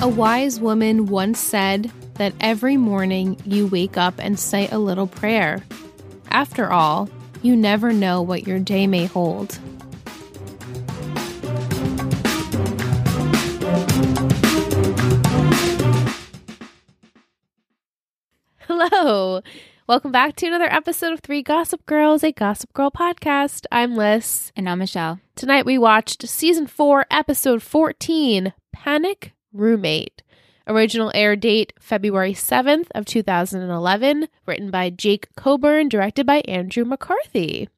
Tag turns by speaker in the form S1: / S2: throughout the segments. S1: A wise woman once said that every morning you wake up and say a little prayer. After all, you never know what your day may hold. Hello. Welcome back to another episode of Three Gossip Girls, a Gossip Girl podcast. I'm Liz.
S2: And I'm Michelle.
S1: Tonight we watched season 4, episode 14, Panic Roommate. Original air date February 7th of 2011, written by Jake Coburn, directed by Andrew McCarthy.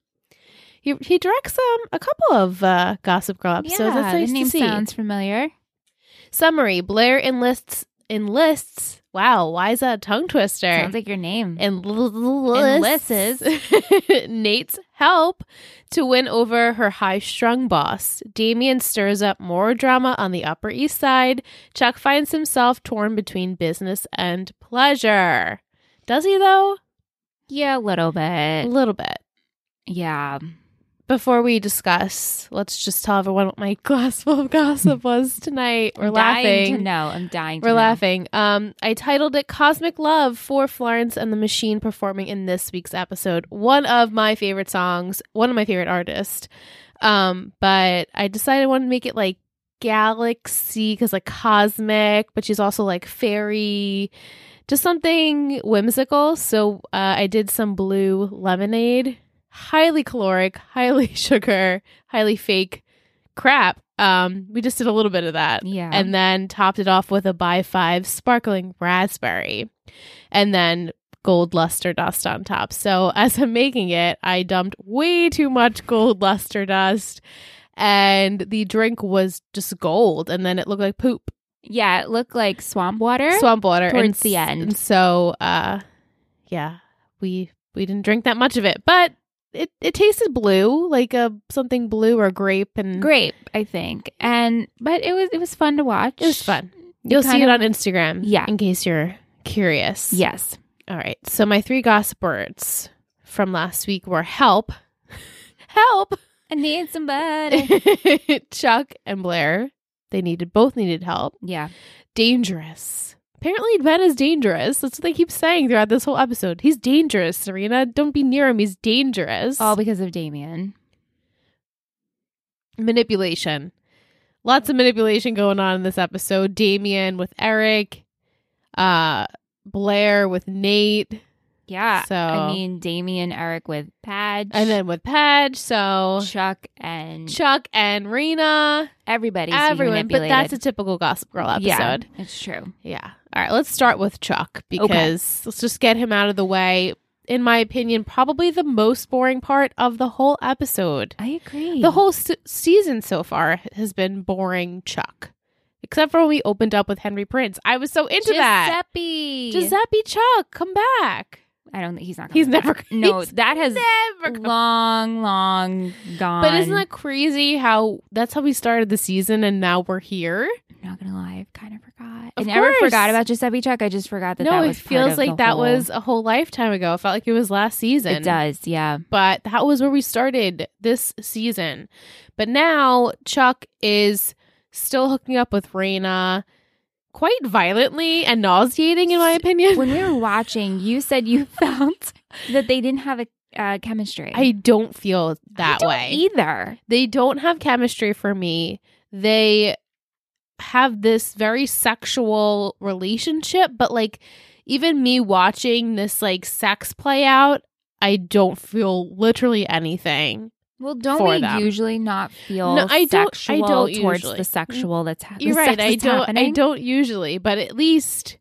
S1: He, he directs um, a couple of uh, Gossip Girl episodes. That's nice
S2: the name
S1: to see.
S2: sounds familiar.
S1: Summary Blair enlists, enlists. Wow, why is that a tongue twister?
S2: Sounds like your name.
S1: and enlists Nate's help to win over her high strung boss. Damien stirs up more drama on the Upper East Side. Chuck finds himself torn between business and pleasure. Does he, though?
S2: yeah, a little
S1: A
S2: bit.
S1: little bit.
S2: Yeah.
S1: Before we discuss, let's just tell everyone what my glass full of gossip was tonight. We're laughing.
S2: No, I'm dying to
S1: We're
S2: know.
S1: laughing. Um, I titled it "Cosmic Love" for Florence and the Machine performing in this week's episode. One of my favorite songs, one of my favorite artists. Um, but I decided I wanted to make it like galaxy because like cosmic, but she's also like fairy, just something whimsical. So uh, I did some blue lemonade, highly caloric, highly sugar, highly fake crap. Um, we just did a little bit of that
S2: Yeah.
S1: and then topped it off with a by five sparkling raspberry and then gold luster dust on top. So as I'm making it, I dumped way too much gold luster dust and the drink was just gold and then it looked like poop
S2: yeah, it looked like swamp water.
S1: swamp water
S2: Towards
S1: and
S2: the
S1: s-
S2: end.
S1: and so uh yeah we we didn't drink that much of it but it, it tasted blue like a something blue or grape and
S2: Grape, I think. And but it was it was fun to watch.
S1: it was fun you'll see
S2: kind
S1: it on
S2: of-
S1: instagram
S2: Yeah.
S1: in case you're curious
S2: Yes.
S1: All right. So my three gossip words from last week were help, help,
S2: I need somebody.
S1: Chuck and Blair. They needed both needed help.
S2: yeah.
S1: Dangerous. Apparently Ben is dangerous. That's what they keep saying throughout this whole episode. He's dangerous, Serena. Don't be near him. He's dangerous.
S2: All because of Damien.
S1: manipulation. Lots of manipulation going on in this episode. Damien with Eric, uh, Blair with Nate,
S2: Yeah.
S1: So-
S2: I mean Damien, Eric with Padge.
S1: and then with Padge. So
S2: Chuck and
S1: Chuck and Rena,
S2: everybody's being
S1: everyone. But
S2: manipulated.
S1: that's a typical Gossip Girl episode.
S2: Yeah,
S1: Yeah.
S2: it's true.
S1: All right, let's start with Chuck because let's just get him out of the way. In my opinion, probably the most boring part of the whole episode.
S2: I agree.
S1: The whole se- season so far has been boring Chuck, except for when we opened up with Henry Prince. I was so into that.
S2: Giuseppe.
S1: Giuseppe Chuck, come back.
S2: I don't think he's not.
S1: He's
S2: coming
S1: never.
S2: back. No,
S1: he's
S2: that has
S1: never. come
S2: long, long gone.
S1: But isn't that crazy how that's how we started the season and now we're here?
S2: I'm not gonna lie, I kind of forgot. I
S1: Of
S2: never
S1: course.
S2: forgot about Giuseppe Chuck. I just forgot that.
S1: no,
S2: that
S1: it
S2: was part
S1: feels
S2: of
S1: like
S2: the
S1: that
S2: whole-
S1: was a whole lifetime ago. It felt like it was last season.
S2: It does, yeah.
S1: But that was where we started this season. But now Chuck is still hooking up with Raina quite violently and nauseating, in my opinion.
S2: When we were watching, you said you felt that they didn't have a uh, chemistry.
S1: I don't feel
S2: I
S1: that
S2: don't
S1: way.
S2: either.
S1: they don't have chemistry for me. They have this very sexual relationship, but like even me watching this like sex play out, I don't feel literally anything.
S2: Well, don't
S1: For
S2: we
S1: them.
S2: usually not feel
S1: No, I don't- I
S2: sexual
S1: don't
S2: towards
S1: usually.
S2: the sexual that's happening?
S1: You're right. I don't I don't usually, but at least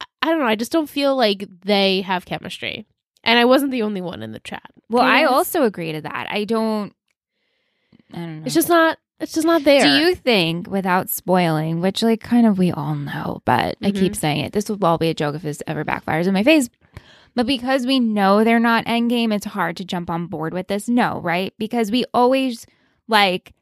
S1: I- I don't know, I just don't feel like they have chemistry. And I wasn't the only one in the chat.
S2: Well, I
S1: Yes.
S2: also agree to that. I don't. I don't know.
S1: It's just not it's just not there.
S2: Mm. Do you think, without spoiling, which like kind of we all know, but I
S1: Mm-hmm.
S2: keep saying it, this will all be a joke if this ever backfires in my face. But because we know they're not endgame, it's hard to jump on board with this. No, right? Because we always like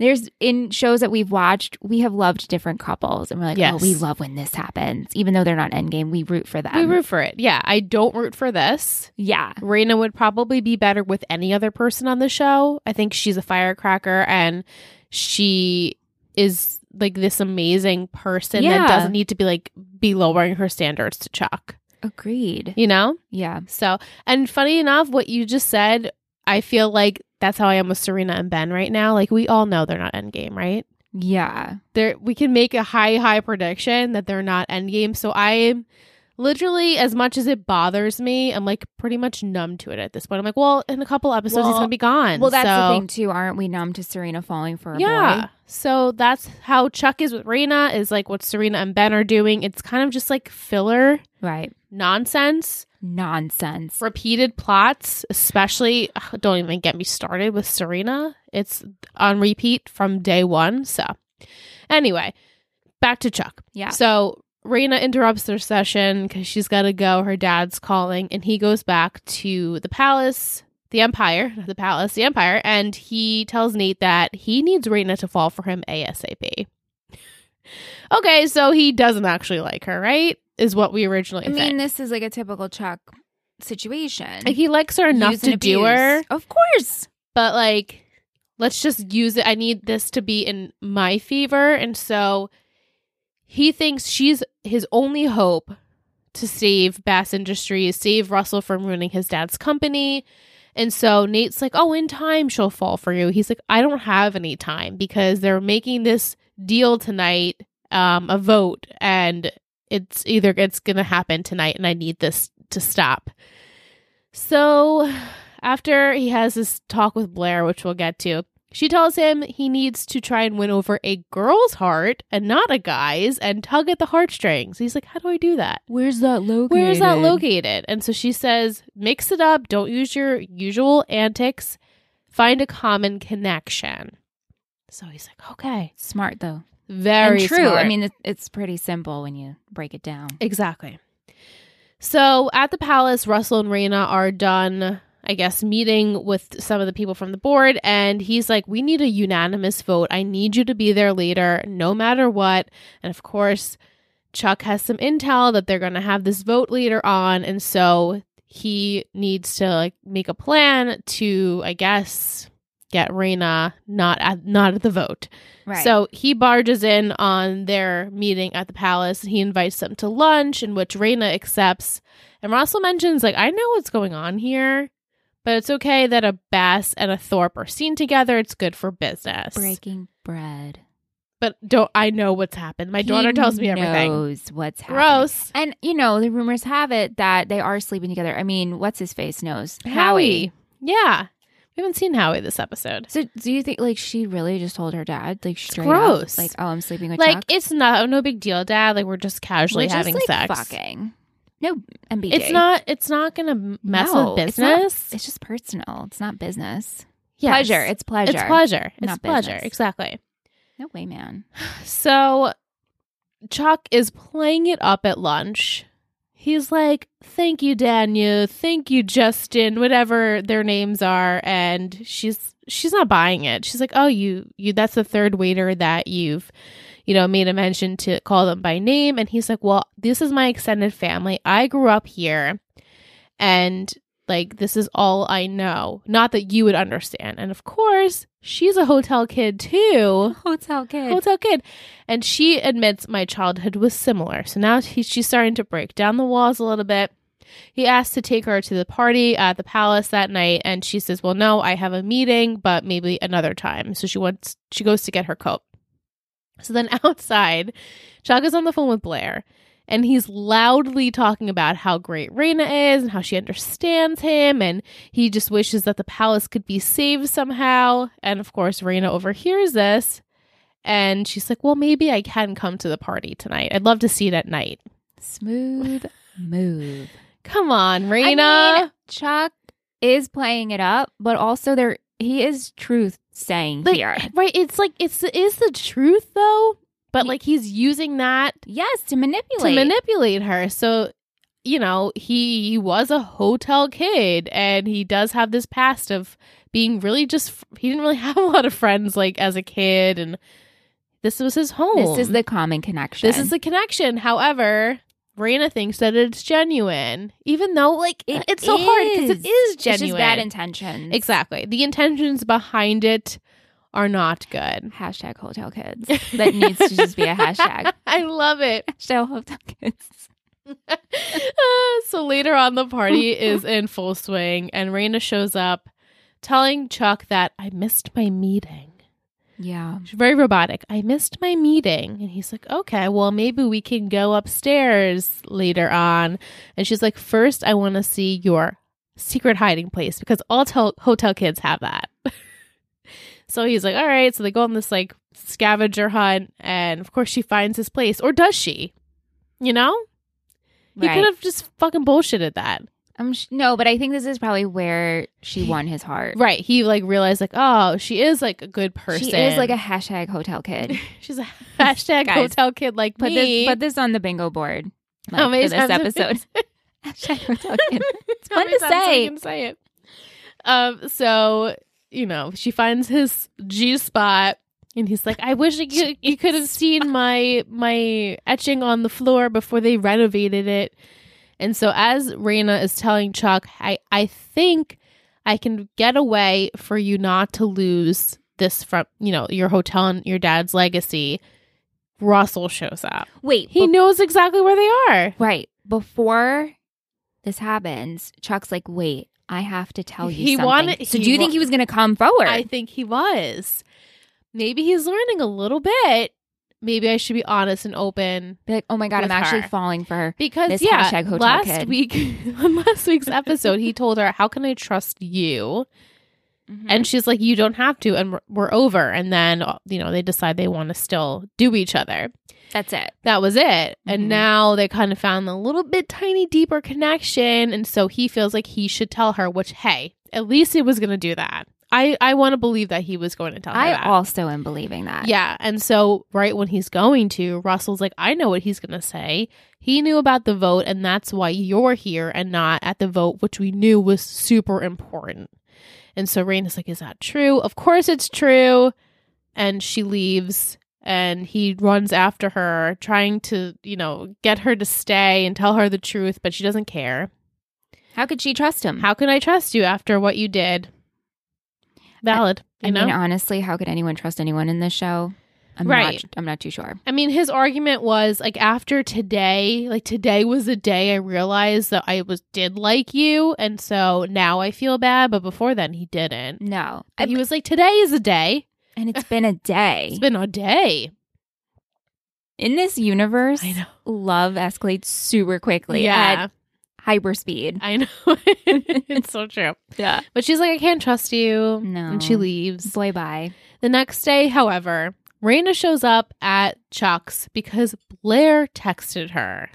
S2: there's in shows that we've watched, we have loved different couples, and we're like,
S1: Yes.
S2: oh, we love when this happens, even though they're not endgame. We root for them.
S1: we root for it. Yeah, I don't root for this.
S2: yeah,
S1: Raina would probably be better with any other person on the show. I think she's a firecracker and she is like this amazing person
S2: Yeah.
S1: that doesn't need to be like be lowering her standards to Chuck.
S2: Agreed.
S1: You know?
S2: Yeah.
S1: So and funny enough, what you just said, I feel like that's how I am with Serena and Ben right now. Like we all know they're not endgame, right?
S2: Yeah.
S1: There we can make a high, high prediction that they're not endgame. So I am literally as much as it bothers me, I'm like pretty much numb to it at this point. I'm like, well, in a couple episodes he's
S2: Well-
S1: gonna be gone.
S2: Well, that's
S1: So-
S2: the thing too. Aren't we numb to Serena falling for a
S1: yeah.
S2: boy?
S1: So that's how Chuck is with Rena, is like what Serena and Ben are doing. It's kind of just like filler
S2: Right.
S1: nonsense,
S2: Nonsense.
S1: repeated plots, especially ugh, don't even get me started with Serena. It's on repeat from day one. So anyway, back to Chuck.
S2: Yeah.
S1: So Raina interrupts their session because she's got to go. Her dad's calling, and he goes back to the palace, the empire, not the palace, the empire, and he tells Nate that he needs Raina to fall for him ASAP. okay, so he doesn't actually like her, right? Is what we originally
S2: I mean,
S1: think.
S2: this is like a typical Chuck situation.
S1: Like he likes her enough
S2: Use and
S1: to do
S2: abuse.
S1: her,
S2: Of course.
S1: but like, let's just use it. I need this to be in my favor, and so he thinks she's his only hope to save Bass Industries, save Russell from ruining his dad's company. And so Nate's like, "Oh, in time she'll fall for you." He's like, "I don't have any time because they're making this deal tonight, um, a vote, and it's either it's gonna happen tonight, and I need this to stop." So after he has this talk with Blair, which we'll get to, she tells him he needs to try and win over a girl's heart and not a guy's, and tug at the heartstrings. He's like, "How do I do that?"
S2: Where's that located?
S1: Where is that located? And so she says, mix it up. Don't use your usual antics. Find a common connection. So he's like, okay,
S2: Smart though.
S1: very
S2: and true.
S1: smart.
S2: I mean, it, it's pretty simple when you break it down.
S1: exactly. So at the palace, Russell and Raina are done, I guess, meeting with some of the people from the board. And he's like, we need a unanimous vote. I need you to be there later, no matter what. And of course, Chuck has some intel that they're going to have this vote later on. And so he needs to like make a plan to, I guess, get Raina not at not at the vote.
S2: Right.
S1: So he barges in on their meeting at the palace and he invites them to lunch, in which Raina accepts. And Russell mentions, like, I know what's going on here, but it's okay that a Bass and a Thorpe are seen together. It's good for business.
S2: breaking bread.
S1: But don't I know what's happened? My daughter
S2: He
S1: tells me everything.
S2: Knows what's happening.
S1: Gross.
S2: And you know, the rumors have it that they are sleeping together. I mean, what's his face knows
S1: Howie. Yeah. We haven't seen Howie this episode.
S2: So do you think like she really just told her dad like straight
S1: gross.
S2: up, like oh I'm sleeping with
S1: like,
S2: Chuck?
S1: it's not no big deal, Dad. Like, we're just
S2: We're
S1: casually
S2: just,
S1: having
S2: like,
S1: sex.
S2: fucking no MBJ.
S1: It's not. It's not gonna mess
S2: No,
S1: with
S2: it's not-
S1: business.
S2: It's just personal. It's not business.
S1: Yes.
S2: Pleasure. It's pleasure.
S1: It's pleasure. It's
S2: not
S1: pleasure.
S2: business.
S1: Exactly.
S2: No way, man.
S1: So Chuck is playing it up at lunch. He's like, "Thank you, Danya. Thank you, Justin. Whatever their names are." And she's she's not buying it. She's like, "Oh, you you. That's the third waiter that you've." You know, made a mention to call them by name. And he's like, Well, this is my extended family. I grew up here. And like, this is all I know. Not that you would understand. And of course, she's a hotel kid too
S2: Hotel kid.
S1: hotel kid. And she admits my childhood was similar. So now she, she's starting to break down the walls a little bit. He asks to take her to the party at the palace that night, and she says, "Well, no, I have a meeting, but maybe another time." So she wants she goes to get her coat. So then outside, Chuck is on the phone with Blair, and he's loudly talking about how great Raina is and how she understands him, and he just wishes that the palace could be saved somehow. And of course, Raina overhears this, and she's like, "Well, maybe I can come to the party tonight. I'd love to see it at night."
S2: Smooth move.
S1: Come on,
S2: I
S1: Raina.
S2: mean, Chuck is playing it up, but also there he is truth saying
S1: Like,
S2: here.
S1: Right? It's like it's it is the truth though, but
S2: Ye-
S1: like he's using that
S2: Yes, to manipulate.
S1: to manipulate her. So, you know, he, he was a hotel kid and he does have this past of being really just he didn't really have a lot of friends like as a kid and this was his home.
S2: This is the common connection.
S1: This is the connection. However, Raina thinks that it's genuine, even though like it-
S2: It
S1: it's so hard because
S2: Uh, is.
S1: it is genuine.
S2: It's just bad intentions.
S1: exactly. The intentions behind it are not good.
S2: Hashtag hotel kids. That needs to just be a hashtag.
S1: I love it.
S2: Hashtag hotel kids.
S1: Uh, so later on, the party is in full swing, and Raina shows up telling Chuck that I missed my meeting.
S2: Yeah.
S1: She's very robotic. I missed my meeting. And he's like, okay, well, maybe we can go upstairs later on. And she's like, first, I want to see your secret hiding place because all tel- hotel kids have that. so he's like, all right. So they go on this like scavenger hunt. And of course, she finds his place. Or does she? You know? He
S2: Right.
S1: could have just fucking bullshitted that.
S2: I'm sh- no, but I think this is probably where she won his heart.
S1: Right. He like realized like, oh, she is like a good person.
S2: She is like a hashtag hotel kid.
S1: she's a hashtag
S2: Guys,
S1: hotel kid like
S2: Put
S1: me.
S2: this put this on the bingo board. Like,
S1: How many
S2: for this
S1: times have we
S2: episode. hashtag hotel kid.
S1: it's
S2: fun to say.
S1: Can say it. Um. So you know, she finds his G spot, and he's like, "I wish you could, you could have seen my my etching on the floor before they renovated it." And so, as Raina is telling Chuck, "I I think I can get away for you not to lose this from you know your hotel and your dad's legacy." Russell shows up.
S2: Wait,
S1: He
S2: bef-
S1: knows exactly where they are.
S2: right before this happens, Chuck's like, "Wait, I have to tell you."
S1: He
S2: something.
S1: wanted-
S2: So,
S1: he
S2: do you think
S1: wa-
S2: he was going to come forward?
S1: I think he was. Maybe he's learning a little bit. Maybe I should be honest and open
S2: Be like, "Oh my god, I'm
S1: With
S2: actually
S1: her.
S2: falling for her."
S1: because
S2: This
S1: yeah,
S2: hashtag hotel
S1: last
S2: kid.
S1: week on last week's episode, he told her, "How can I trust you?"
S2: Hmm.
S1: And she's like, "You don't have to." And we're, we're over. And then uh, you know they decide they want to still do each other.
S2: that's it.
S1: That was it.
S2: Mhm.
S1: And now they kind of found a little bit tiny deeper connection, and so he feels like he should tell her. Which hey, at least he was going to do that. I I want to believe that he was going to tell her.
S2: I
S1: that.
S2: also am believing that.
S1: Yeah. And so, right when he's going to, Russell's like, I know what he's going to say. He knew about the vote, and that's why you're here and not at the vote, which we knew was super important. And so, Rain is like, Is that true? Of course it's true. And she leaves, and he runs after her, trying to, you know, get her to stay and tell her the truth, but she doesn't care.
S2: How could she trust him?
S1: How can I trust you after what you did? Valid. You
S2: Mm. I
S1: know?
S2: mean, honestly, how could anyone trust anyone in this show? I'm
S1: Right.
S2: Not, I'm not too sure.
S1: I mean, his argument was like after today, like today was the day I realized that I was did like you, and so now I feel bad. But before then, he didn't.
S2: No.
S1: But he was like, today is a day.
S2: and it's been a day.
S1: It's been a day.
S2: in this universe,
S1: I know.
S2: love escalates super quickly
S1: yeah,
S2: at hyper speed.
S1: I know. it's so true.
S2: Yeah.
S1: But she's like, I can't trust you,
S2: No.
S1: and she leaves.
S2: Boy, bye.
S1: The next day, however, Raina shows up at Chuck's because Blair texted her.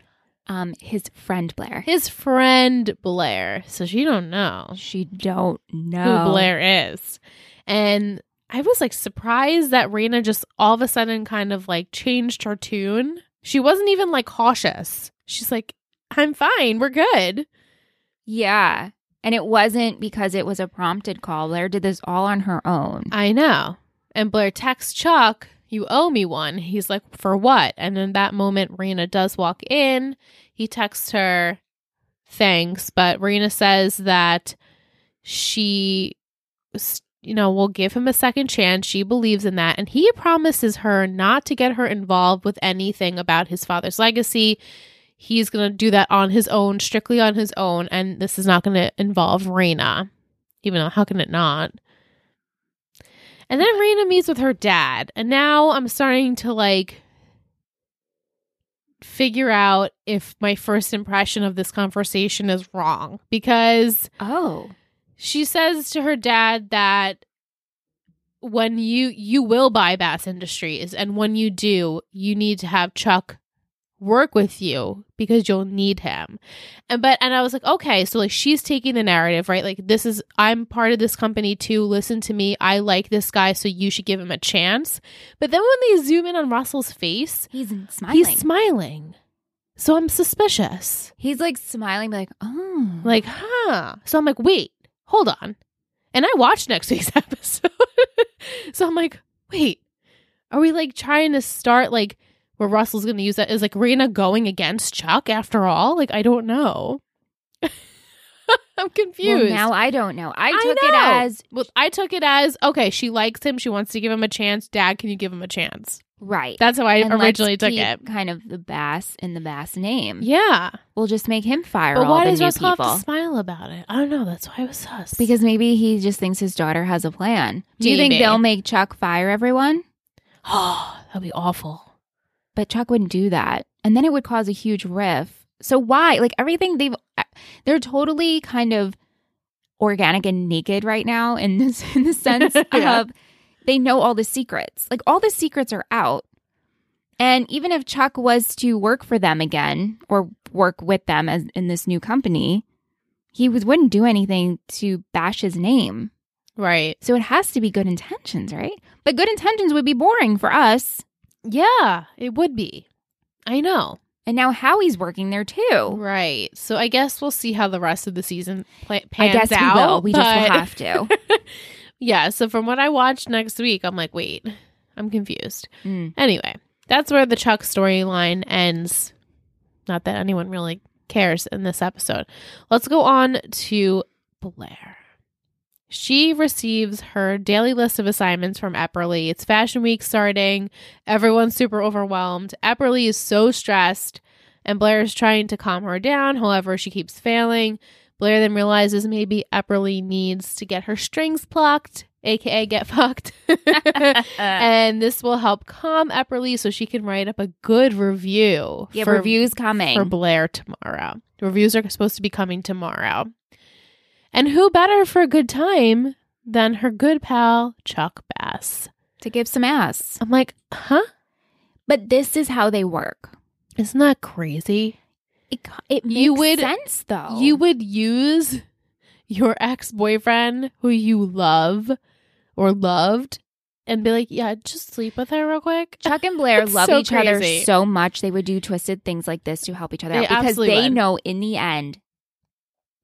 S2: Um, his friend Blair.
S1: His friend Blair, so she don't know.
S2: She don't
S1: who
S2: know.
S1: Blair is. And I was like surprised that Raina just all of a sudden kind of like changed her tune. She wasn't even like cautious. She's like, I'm fine. We're good.
S2: Yeah. And it wasn't because it was a prompted call. Blair did this all on her own.
S1: I know. And Blair texts Chuck, You owe me one. He's like, For what? And in that moment, Raina does walk in. He texts her, Thanks. But Raina says that she, s- you know, will give him a second chance. She believes in that. And he promises her not to get her involved with anything about his father's legacy. He's going to do that on his own, strictly on his own. And this is not going to involve Raina, even though how can it not? And then Raina meets with her dad. And now I'm starting to like figure out if my first impression of this conversation is wrong because
S2: oh.
S1: she says to her dad that when you you will buy Bass Industries and when you do, you need to have Chuck work with you because you'll need him. And but and I was like, okay, so like she's taking the narrative, right? Like this is I'm part of this company too. Listen to me. I like this guy, so you should give him a chance. But then when they zoom in on Russell's face,
S2: He's smiling.
S1: he's
S2: He's,
S1: smiling. So I'm suspicious
S2: like smiling, be like, oh.
S1: like, huh. So I'm like, wait, hold on. And I watched next week's episode. so I'm like, wait, are we like trying to start like where Russell's going to use that? Is like Raina going against Chuck after all? Like, I don't know. I'm confused.
S2: Well, now I don't know. I
S1: I
S2: took it
S1: know.
S2: as
S1: Well, I took it as okay, she likes him. She wants to give him a chance. Dad, can you give him a chance?
S2: right.
S1: That's how I
S2: And let's
S1: originally took
S2: keep
S1: it.
S2: Kind of the bass in the bass name.
S1: Yeah.
S2: We'll just make him fire
S1: But
S2: all
S1: why
S2: the
S1: does
S2: new
S1: Russell
S2: people.
S1: have to smile about it? I don't know. That's why I was sus.
S2: Because maybe he just thinks his daughter has a plan. Do you think
S1: Maybe.
S2: they'll make Chuck fire everyone?
S1: oh, that'd be awful.
S2: But Chuck wouldn't do that. And then it would cause a huge riff. So why? Like everything they've uh, they're totally kind of organic and naked right now in this in the sense
S1: Yeah.
S2: of they know all the secrets. Like all the secrets are out. And even if Chuck was to work for them again or work with them as in this new company, he was, wouldn't do anything to bash his name.
S1: Right.
S2: So it has to be good intentions, right? But good intentions would be boring for us.
S1: Yeah, it would be. I know.
S2: And now Howie's working there too.
S1: Right. So I guess we'll see how the rest of the season pla
S2: I
S1: pans
S2: guess we
S1: out.
S2: will. We just
S1: but-
S2: will have to.
S1: yeah. So from what I watched next week, I'm like, wait, I'm confused.
S2: Mm.
S1: Anyway, that's where the Chuck storyline ends. Not that anyone really cares in this episode. Let's go on to Blair. She receives her daily list of assignments from Epperly. It's fashion week starting. Everyone's super overwhelmed. Epperly is so stressed, and Blair is trying to calm her down. However, she keeps failing. Blair then realizes maybe Epperly needs to get her strings plucked, aka get fucked.
S2: Uh,
S1: and this will help calm Epperly so she can write up a good review.
S2: yeah,
S1: for-
S2: reviews coming.
S1: for Blair tomorrow. Reviews are supposed to be coming tomorrow. And who better for a good time than her good pal, Chuck Bass?
S2: to give some ass.
S1: I'm like, huh?
S2: But this is how they work.
S1: Isn't that crazy?
S2: It, co- it makes
S1: You would-
S2: sense though.
S1: You would use your ex boyfriend who you love or loved and be like, yeah, just sleep with her real quick.
S2: Chuck and Blair
S1: It's
S2: love
S1: so
S2: each
S1: crazy.
S2: other so much they would do twisted things like this to help each other
S1: They
S2: out because
S1: absolutely
S2: they
S1: would.
S2: know in the end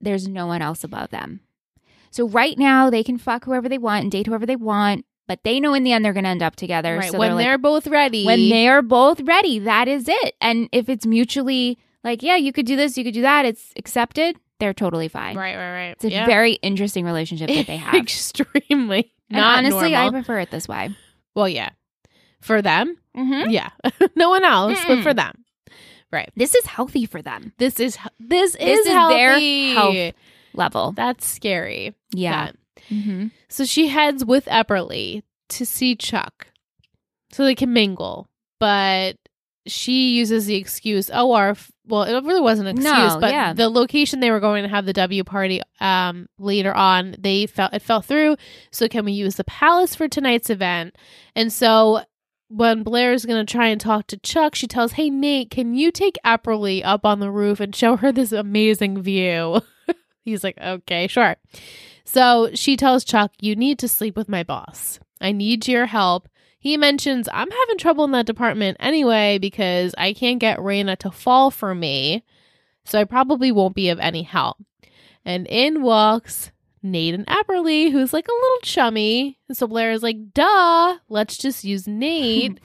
S2: there's no one else above them. So right now they can fuck whoever they want and date whoever they want, but they know in the end they're going to end up together.
S1: Right.
S2: So
S1: when
S2: they're, like,
S1: they're both ready.
S2: when they are both ready, that is it. And if it's mutually like, yeah, you could do this, you could do that, it's accepted. They're totally fine.
S1: Right, right, right.
S2: It's a very interesting relationship that they have.
S1: Extremely.
S2: And
S1: Not
S2: honestly, I
S1: normal.
S2: prefer it this way.
S1: well, yeah. For them,
S2: Mm-hmm.
S1: Yeah. no one else, but
S2: Mm-mm.
S1: for them.
S2: This is healthy for them.
S1: This is this,
S2: This
S1: is,
S2: is their
S1: healthy.
S2: health. Level.
S1: That's scary.
S2: Yeah. Mm-hmm.
S1: So she heads with Epperly to see Chuck so they can mingle. But she uses the excuse, oh, our, f- well, it really wasn't an excuse,
S2: No,
S1: but
S2: yeah.
S1: the location they were going to have the W party um, later on, they felt it fell through. So can we use the palace for tonight's event? And so when Blair is going to try and talk to Chuck, she tells, hey, Nate, can you take Epperly up on the roof and show her this amazing view? He's like, okay, sure. So she tells Chuck, You need to sleep with my boss. I need your help. He mentions, I'm having trouble in that department anyway because I can't get Raina to fall for me. So I probably won't be of any help. And in walks Nate and Epperly, who's like a little chummy. And so Blair is like, duh, let's just use Nate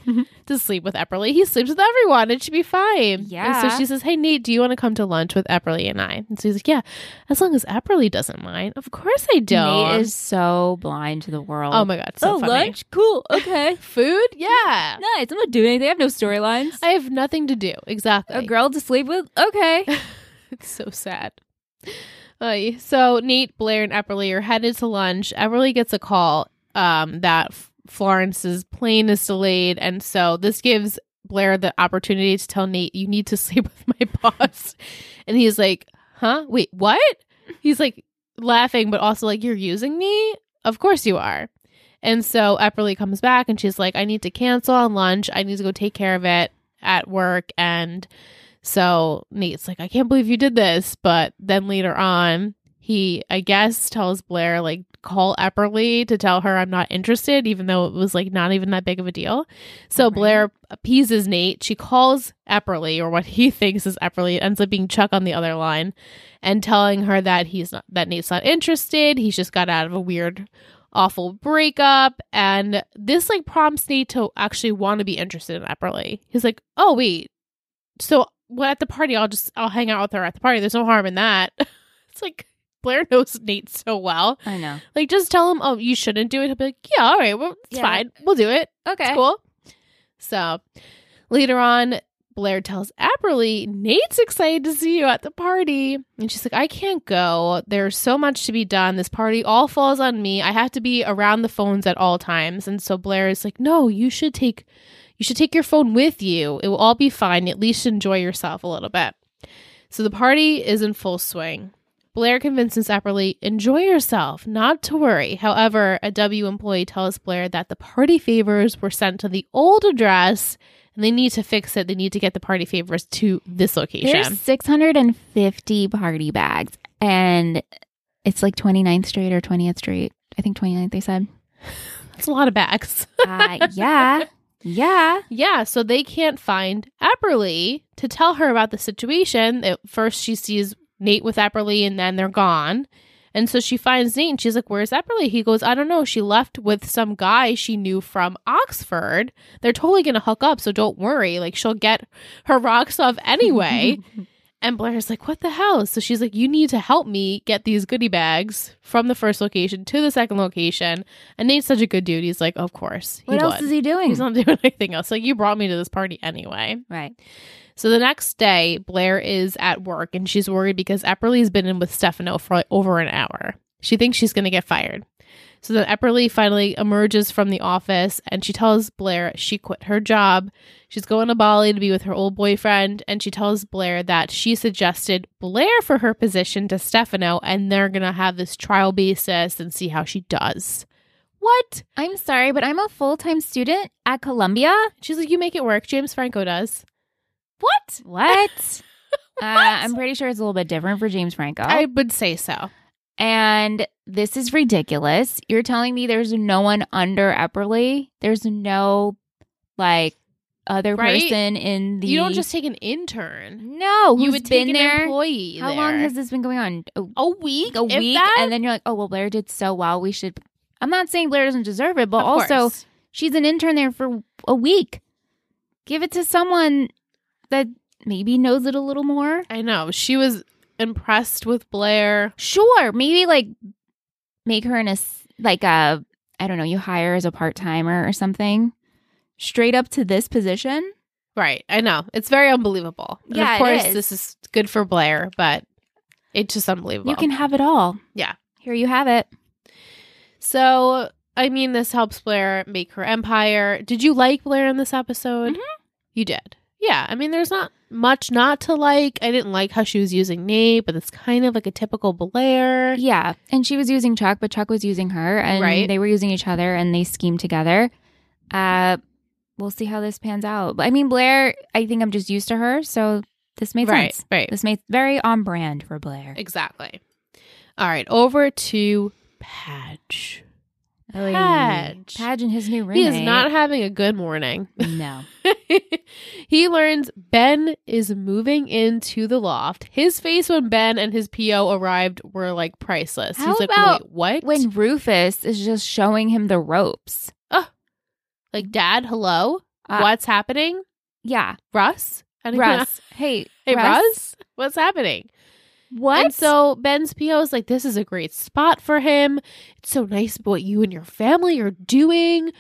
S1: to sleep with Epperly. He sleeps with everyone. It should be fine. And so
S2: Yeah.
S1: she says, hey, Nate, do you want to come to lunch with Epperly and I? And so he's like, yeah, as long as Epperly doesn't mind. Of course I don't.
S2: Nate is so blind to the world.
S1: oh my God, so funny.
S2: Cool. Okay.
S1: Food? Yeah.
S2: nice. I'm not doing anything. I have no storylines.
S1: I have nothing to do. Exactly.
S2: girl to sleep with? Okay.
S1: It's so sad. Ay, so Nate, Blair, and Epperly are headed to lunch. Epperly gets a call um, that F- Florence's plane is delayed, and so this gives Blair the opportunity to tell Nate, "You need to sleep with my boss," and he's like, "Huh? Wait, what?" He's like laughing, but also like, "You're using me? Of course you are." And so Epperly comes back, and she's like, "I need to cancel on lunch. I need to go take care of it at work," and so Nate's like, I can't believe you did this. But then later on, he, I guess, tells Blair, like, call Epperly to tell her I'm not interested, even though it was, like, not even that big of a deal. So
S2: Right.
S1: Blair appeases Nate. She calls Epperly, or what he thinks is Epperly. It ends up being Chuck on the other line and telling her that he's not, that Nate's not interested. He's just got out of a weird, awful breakup. And this, like, prompts Nate to actually want to be interested in Epperly. He's like, oh, wait so well at the party i'll just i'll hang out with her at the party there's no harm in that it's like Blair knows Nate so well.
S2: I know.
S1: Like, just tell him, oh, you shouldn't do it. He'll be like, yeah, all right, well, it's
S2: Yeah.
S1: fine. We'll do it.
S2: Okay.
S1: It's cool. So later on, Blair tells Aberly, Nate's excited to see you at the party. And she's like, I can't go. There's so much to be done. This party all falls on me. I have to be around the phones at all times. And so Blair is like, No, you should take you should take your phone with you. It will all be fine. At least enjoy yourself a little bit. So the party is in full swing. Blair convinces Epperly, enjoy yourself, not to worry. However, a W employee tells Blair that the party favors were sent to the old address and they need to fix it. They need to get the party favors to this location.
S2: There's 650 party bags, and it's like 29th Street or 20th Street. I think 29th, they said.
S1: That's a lot of bags.
S2: Uh, yeah. Yeah.
S1: Yeah, so they can't find Epperly to tell her about the situation. At first, she sees Nate with Epperly, and then they're gone. And so she finds Nate, and she's like, "Where's Epperly?" He goes, "I don't know. She left with some guy she knew from Oxford. They're totally gonna hook up, so don't worry. Like she'll get her rocks off anyway." and Blair's like, "What the hell?" So she's like, "You need to help me get these goodie bags from the first location to the second location." And Nate's such a good dude. He's like, "Of course." He
S2: what else
S1: would."
S2: is he doing?
S1: He's not doing anything else. Like you brought me to this party anyway.
S2: right.
S1: So the next day, Blair is at work and she's worried because Epperly's been in with Stefano for like over an hour. She thinks she's going to get fired. So then Epperly finally emerges from the office and she tells Blair she quit her job. She's going to Bali to be with her old boyfriend and she tells Blair that she suggested Blair for her position to Stefano and they're going to have this trial basis and see how she does. What?
S2: I'm sorry, but I'm a full time student at Columbia.
S1: She's like, you make it work. James Franco does. What?
S2: What? Uh, I'm pretty sure it's a little bit different for James Franco.
S1: I would say so.
S2: and this is ridiculous. You're telling me there's no one under Epperly? There's no like other
S1: Right?
S2: person in the.
S1: you don't just take an intern.
S2: no. Who's
S1: you would
S2: been
S1: take
S2: there?
S1: an employee.
S2: How
S1: there.
S2: long has this been going on? A,
S1: a week?
S2: a
S1: if
S2: week,
S1: that?
S2: and then you're like, oh well, Blair did so well. We should. I'm not saying Blair doesn't deserve it, but
S1: Of
S2: also
S1: course.
S2: she's an intern there for a week. Give it to someone that maybe knows it a little more.
S1: I know she was impressed with Blair.
S2: Sure, maybe like make her an ass- like a I don't know. You hire as a part timer or something. Straight up to this position.
S1: Right. I know it's very unbelievable. And
S2: Yeah, it
S1: of course,
S2: is.
S1: this is good for Blair, but it's just unbelievable.
S2: You can have it all.
S1: Yeah.
S2: Here you have it.
S1: So I mean, this helps Blair make her empire. Did you like Blair in this episode?
S2: Mm-hmm.
S1: You did. Yeah, I mean, there's not much not to like. I didn't like how she was using Nate, but it's kind of like a typical Blair.
S2: Yeah. And she was using Chuck, but Chuck was using her and
S1: Right.
S2: they were using each other and they schemed together. Uh we'll see how this pans out. But I mean Blair, I think I'm just used to her, so this made
S1: right,
S2: sense.
S1: right.
S2: This made very on brand for Blair.
S1: Exactly. All right, over to Padge.
S2: Oy.
S1: Padge.
S2: Padge and his new roommate.
S1: He is not having a good morning.
S2: No.
S1: he learns Ben is moving into the loft. His face when Ben and his PO arrived were like priceless.
S2: How
S1: He's like,
S2: about
S1: wait, what?
S2: When Rufus is just showing him the ropes.
S1: like, Dad, hello?
S2: Uh,
S1: What's happening?
S2: Yeah.
S1: Russ? Anyone else?
S2: Russ. Hey.
S1: Hey, Russ?
S2: Russ?
S1: What's happening?
S2: What?
S1: And so Ben's PO is like, this is a great spot for him. It's so nice what you and your family are doing.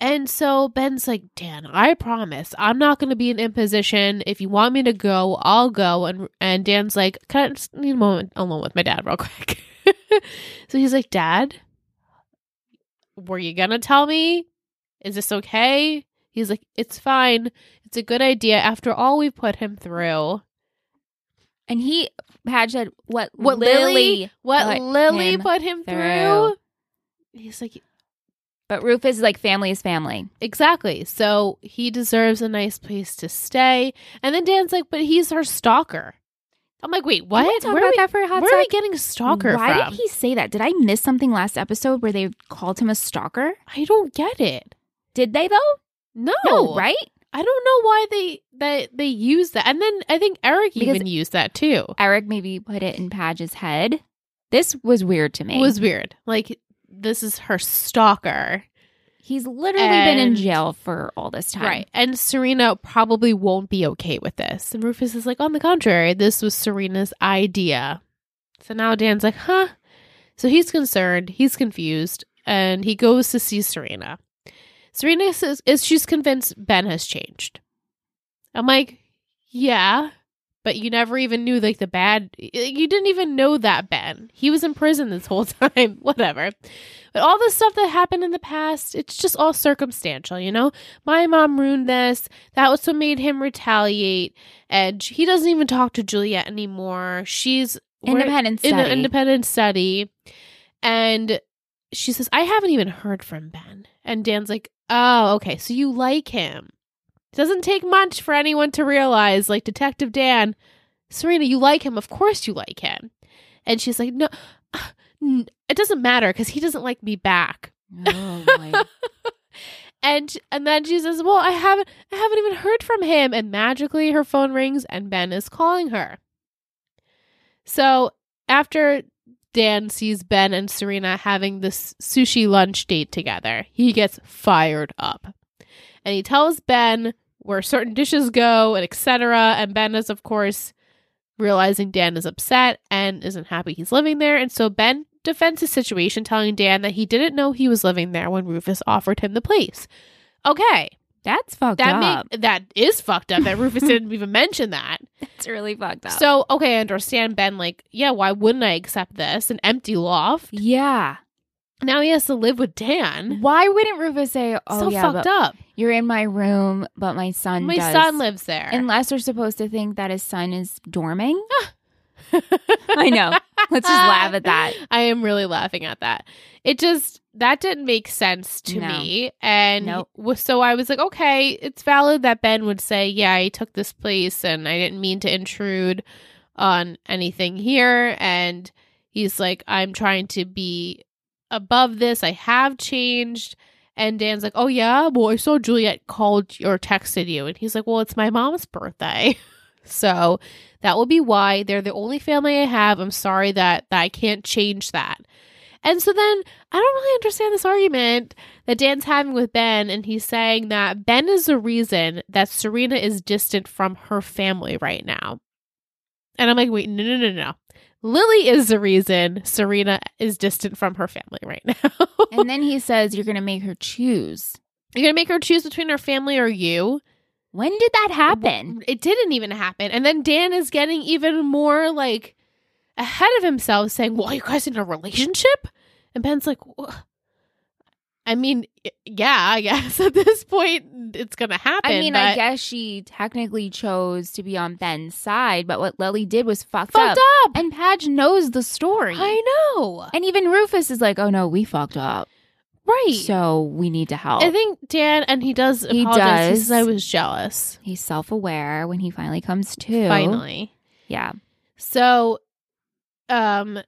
S1: And so Ben's like, Dan, I promise I'm not going to be an imposition. If you want me to go, I'll go. And and Dan's like, can I just need a moment alone with my dad real quick? so he's like, Dad, were you going to tell me? Is this okay? He's like, it's fine. It's a good idea after all we've put him through.
S2: and he Padge said, What
S1: What Lily- What
S2: Put
S1: Lily
S2: him
S1: put him
S2: through.
S1: through. He's like,
S2: But Rufus is like family is family.
S1: exactly. So he deserves a nice place to stay. And then Dan's like, but he's her stalker. I'm like, wait, what?
S2: Can we talk
S1: Where,
S2: about
S1: are we,
S2: that for a hot
S1: where are we
S2: sec?
S1: getting stalker
S2: Why
S1: from?
S2: did he say that? Did I miss something last episode where they called him a stalker?
S1: I don't get it.
S2: Did they though?
S1: No,
S2: No, right?
S1: I don't know why they that they use that. And then I think Eric
S2: Because-
S1: even used that too.
S2: Eric maybe put it in Padge's head. This was weird to me.
S1: It was weird. Like this is her stalker.
S2: He's literally been in
S1: And-
S2: jail for all this time.
S1: Right. And Serena probably won't be okay with this. And Rufus is like, on the contrary, this was Serena's idea. So now Dan's like, huh? So he's concerned, he's confused, and he goes to see Serena. Serena says, is she's convinced Ben has changed. I'm like, yeah, but you never even knew like the bad. You didn't even know that Ben. He was in prison this whole time. Whatever. But all the stuff that happened in the past, it's just all circumstantial, you know? My mom ruined this. That was what made him retaliate. And he doesn't even talk to Juliet anymore. She's we're
S2: Independent
S1: in an
S2: study.
S1: independent study. And she says, I haven't even heard from Ben. And Dan's like, Oh, okay. So you like him. Doesn't take much for anyone to realize, like Detective Dan, Serena, you like him. Of course you like him. And she's like, No, n- it doesn't matter because he doesn't like me back.
S2: oh my
S1: And and then she says, Well, I haven't I haven't even heard from him. And magically her phone rings and Ben is calling her. So after Dan sees Ben and Serena having this sushi lunch date together, he gets fired up. And he tells Ben where certain dishes go and etc. And Ben is of course realizing Dan is upset and isn't happy he's living there. And so Ben defends his situation, telling Dan that he didn't know he was living there when Rufus offered him the place. Okay.
S2: That's fucked
S1: That
S2: up.
S1: make, that is fucked up that Rufus didn't even mention that.
S2: That's really fucked up.
S1: So, okay, I understand Ben, like, yeah, why wouldn't I accept this? An empty loft.
S2: yeah.
S1: Now he has to live with Dan.
S2: Why wouldn't Rufus say, "Oh
S1: Mm-hmm. so
S2: yeah,
S1: fucked
S2: but
S1: up.
S2: you're in my room, but my son
S1: My
S2: does."
S1: son lives there.
S2: Unless they're supposed to think that his son is dorming. I know. Let's just laugh at that.
S1: I am really laughing at that. It just that didn't make sense to
S2: No.
S1: me, and
S2: Nope.
S1: w- so I was like, okay, it's valid that Ben would say, yeah, I took this place and I didn't mean to intrude on anything here, and he's like, I'm trying to be above this. I have changed. And Dan's like, oh yeah, well I saw Juliet called or texted you, and he's like, well, it's my mom's birthday, so that will be why they're the only family I have. I'm sorry that, that I can't change that. And so then I don't really understand this argument that Dan's having with Ben, and he's saying that Ben is the reason that Serena is distant from her family right now. And I'm like, wait, no, no, no, no. Lily is the reason Serena is distant from her family right now.
S2: And then he says, "You're going to make her choose."
S1: You're going to make her choose between her family or you.
S2: When did that happen?
S1: It didn't even happen. And then Dan is getting even more like ahead of himself, saying, Well, are you guys in a relationship? And Ben's like, "Wha- I mean, y- yeah, I guess at this point it's going to happen.
S2: I mean,
S1: but-
S2: I guess she technically chose to be on Ben's side, but what Lily did was fucked,
S1: fucked up.
S2: And Padge knows the story.
S1: I know.
S2: and even Rufus is like, "Oh no, we fucked up.
S1: Right.
S2: So we need to help."
S1: I think Dan, and he does
S2: He
S1: apologize. He
S2: does.
S1: says, I was jealous.
S2: He's self-aware when he finally comes to.
S1: Finally.
S2: Yeah.
S1: So, um,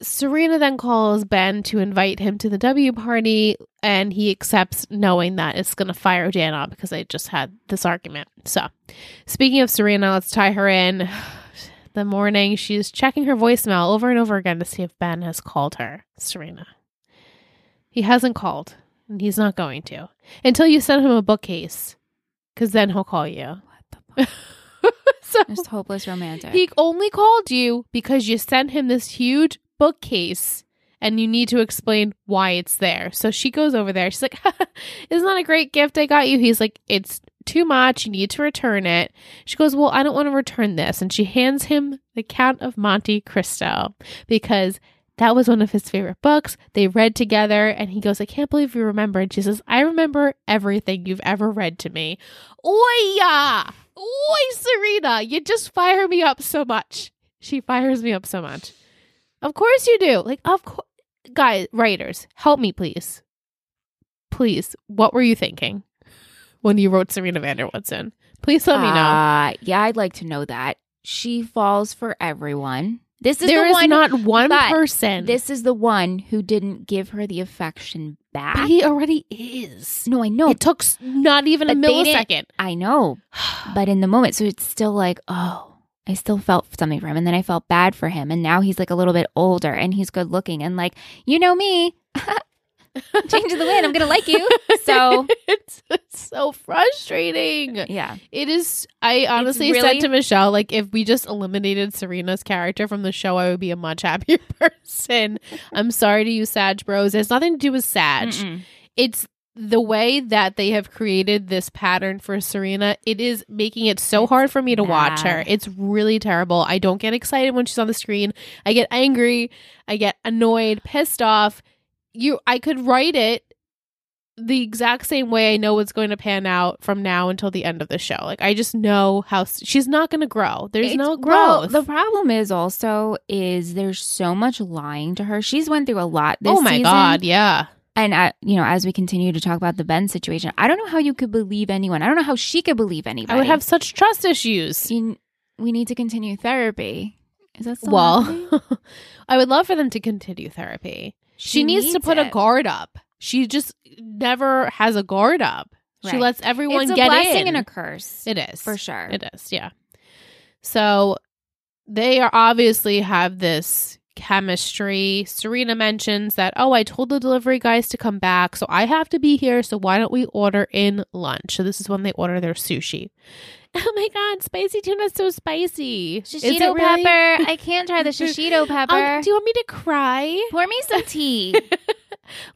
S1: Serena then calls Ben to invite him to the W party, and he accepts, knowing that it's going to fire Dan up because they just had this argument. So, speaking of Serena, let's tie her in. The morning, she's checking her voicemail over and over again to see if Ben has called her. Serena. He hasn't called, and he's not going to until you send him a bookcase, because then he'll call you.
S2: What the fuck?
S1: So
S2: Just hopeless romantic.
S1: he only called you because you sent him this huge bookcase and you need to explain why it's there. So she goes over there. She's like, Isn't that a great gift I got you? He's like, It's too much. You need to return it. She goes, Well, I don't want to return this. And she hands him The Count of Monte Cristo because that was one of his favorite books. They read together, and he goes, I can't believe you remember. And she says, I remember everything you've ever read to me. Oy, Oi, Serena, you just fire me up so much. She fires me up so much. Of course you do. Like, of course. Guys, writers, help me, please. Please, what were you thinking when you wrote Serena Vanderwoodson? Please let me know.
S2: Uh, yeah, I'd like to know that. She falls for everyone. This is
S1: There
S2: the
S1: is
S2: one
S1: not one
S2: but
S1: person.
S2: This is the one who didn't give her the affection back.
S1: but he already is.
S2: no, I know.
S1: It took s- not even a
S2: But they
S1: millisecond.
S2: didn't- I know. But in the moment, so it's still like, oh, I still felt something for him. And then I felt bad for him. And now he's like a little bit older and he's good looking. And like, you know me, Change of the wind. I'm gonna like you. So
S1: it's, it's so frustrating.
S2: yeah,
S1: It is. I honestly
S2: really-
S1: said to Michelle, like, if we just eliminated Serena's character from the show, I would be a much happier person. I'm sorry to you, Sag Bros. It has nothing to do with Sag.
S2: Mm-mm.
S1: It's the way that they have created this pattern for Serena. It is making it so hard for me to watch her.
S2: bad.
S1: It's really terrible. I don't get excited when she's on the screen. I get angry. I get annoyed, pissed off. You, I could write it the exact same way I know it's going to pan out from now until the end of the show. Like I just know how s- she's not going to grow. There's
S2: It's-
S1: no
S2: well,
S1: growth.
S2: the problem is also is there's so much lying to her. She's went through a lot this
S1: oh my
S2: season.
S1: god, yeah.
S2: And I, you know, as we continue to talk about the Ben situation, I don't know how you could believe anyone. I don't know how she could believe anybody.
S1: I would have such trust issues.
S2: You- we need to continue therapy. Is that still happening?
S1: Well, I would love for them to continue therapy. She, needs, to put a
S2: it.
S1: guard up. She just never has a guard up. She
S2: Right.
S1: lets everyone
S2: It's a
S1: get
S2: blessing
S1: in.
S2: and a curse
S1: it is
S2: for sure.
S1: It is, yeah. So they are obviously have this chemistry. Serena mentions that, oh, I told the delivery guys to come back, so I have to be here. So why don't we order in lunch? So this is when they order their sushi. Oh my god, spicy tuna's so spicy. Is it
S2: Shishito
S1: really?
S2: pepper. I can't try the shishito
S1: Um,
S2: pepper.
S1: do you want me to cry?
S2: Pour me some tea.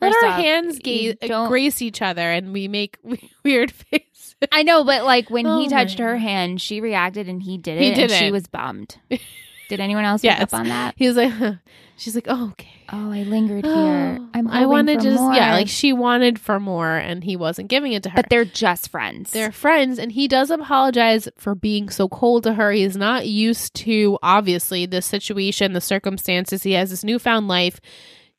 S1: Let
S2: First
S1: our
S2: off,
S1: hands
S2: you
S1: gaze, uh,
S2: don't-
S1: grace each other, and we make weird faces.
S2: I know, but like when
S1: Oh my
S2: he touched her
S1: God.
S2: hand, she reacted and he didn't.
S1: He
S2: and she
S1: didn't.
S2: was bummed. Did anyone else
S1: Yes.
S2: pick up on that?
S1: He was like, huh. she's like, oh, okay.
S2: Oh, I lingered here. I'm
S1: I want to just
S2: more.
S1: yeah, like she wanted for more, and he wasn't giving it to her.
S2: but they're just friends.
S1: They're friends, and he does apologize for being so cold to her. He's not used to obviously the situation, the circumstances. He has this newfound life.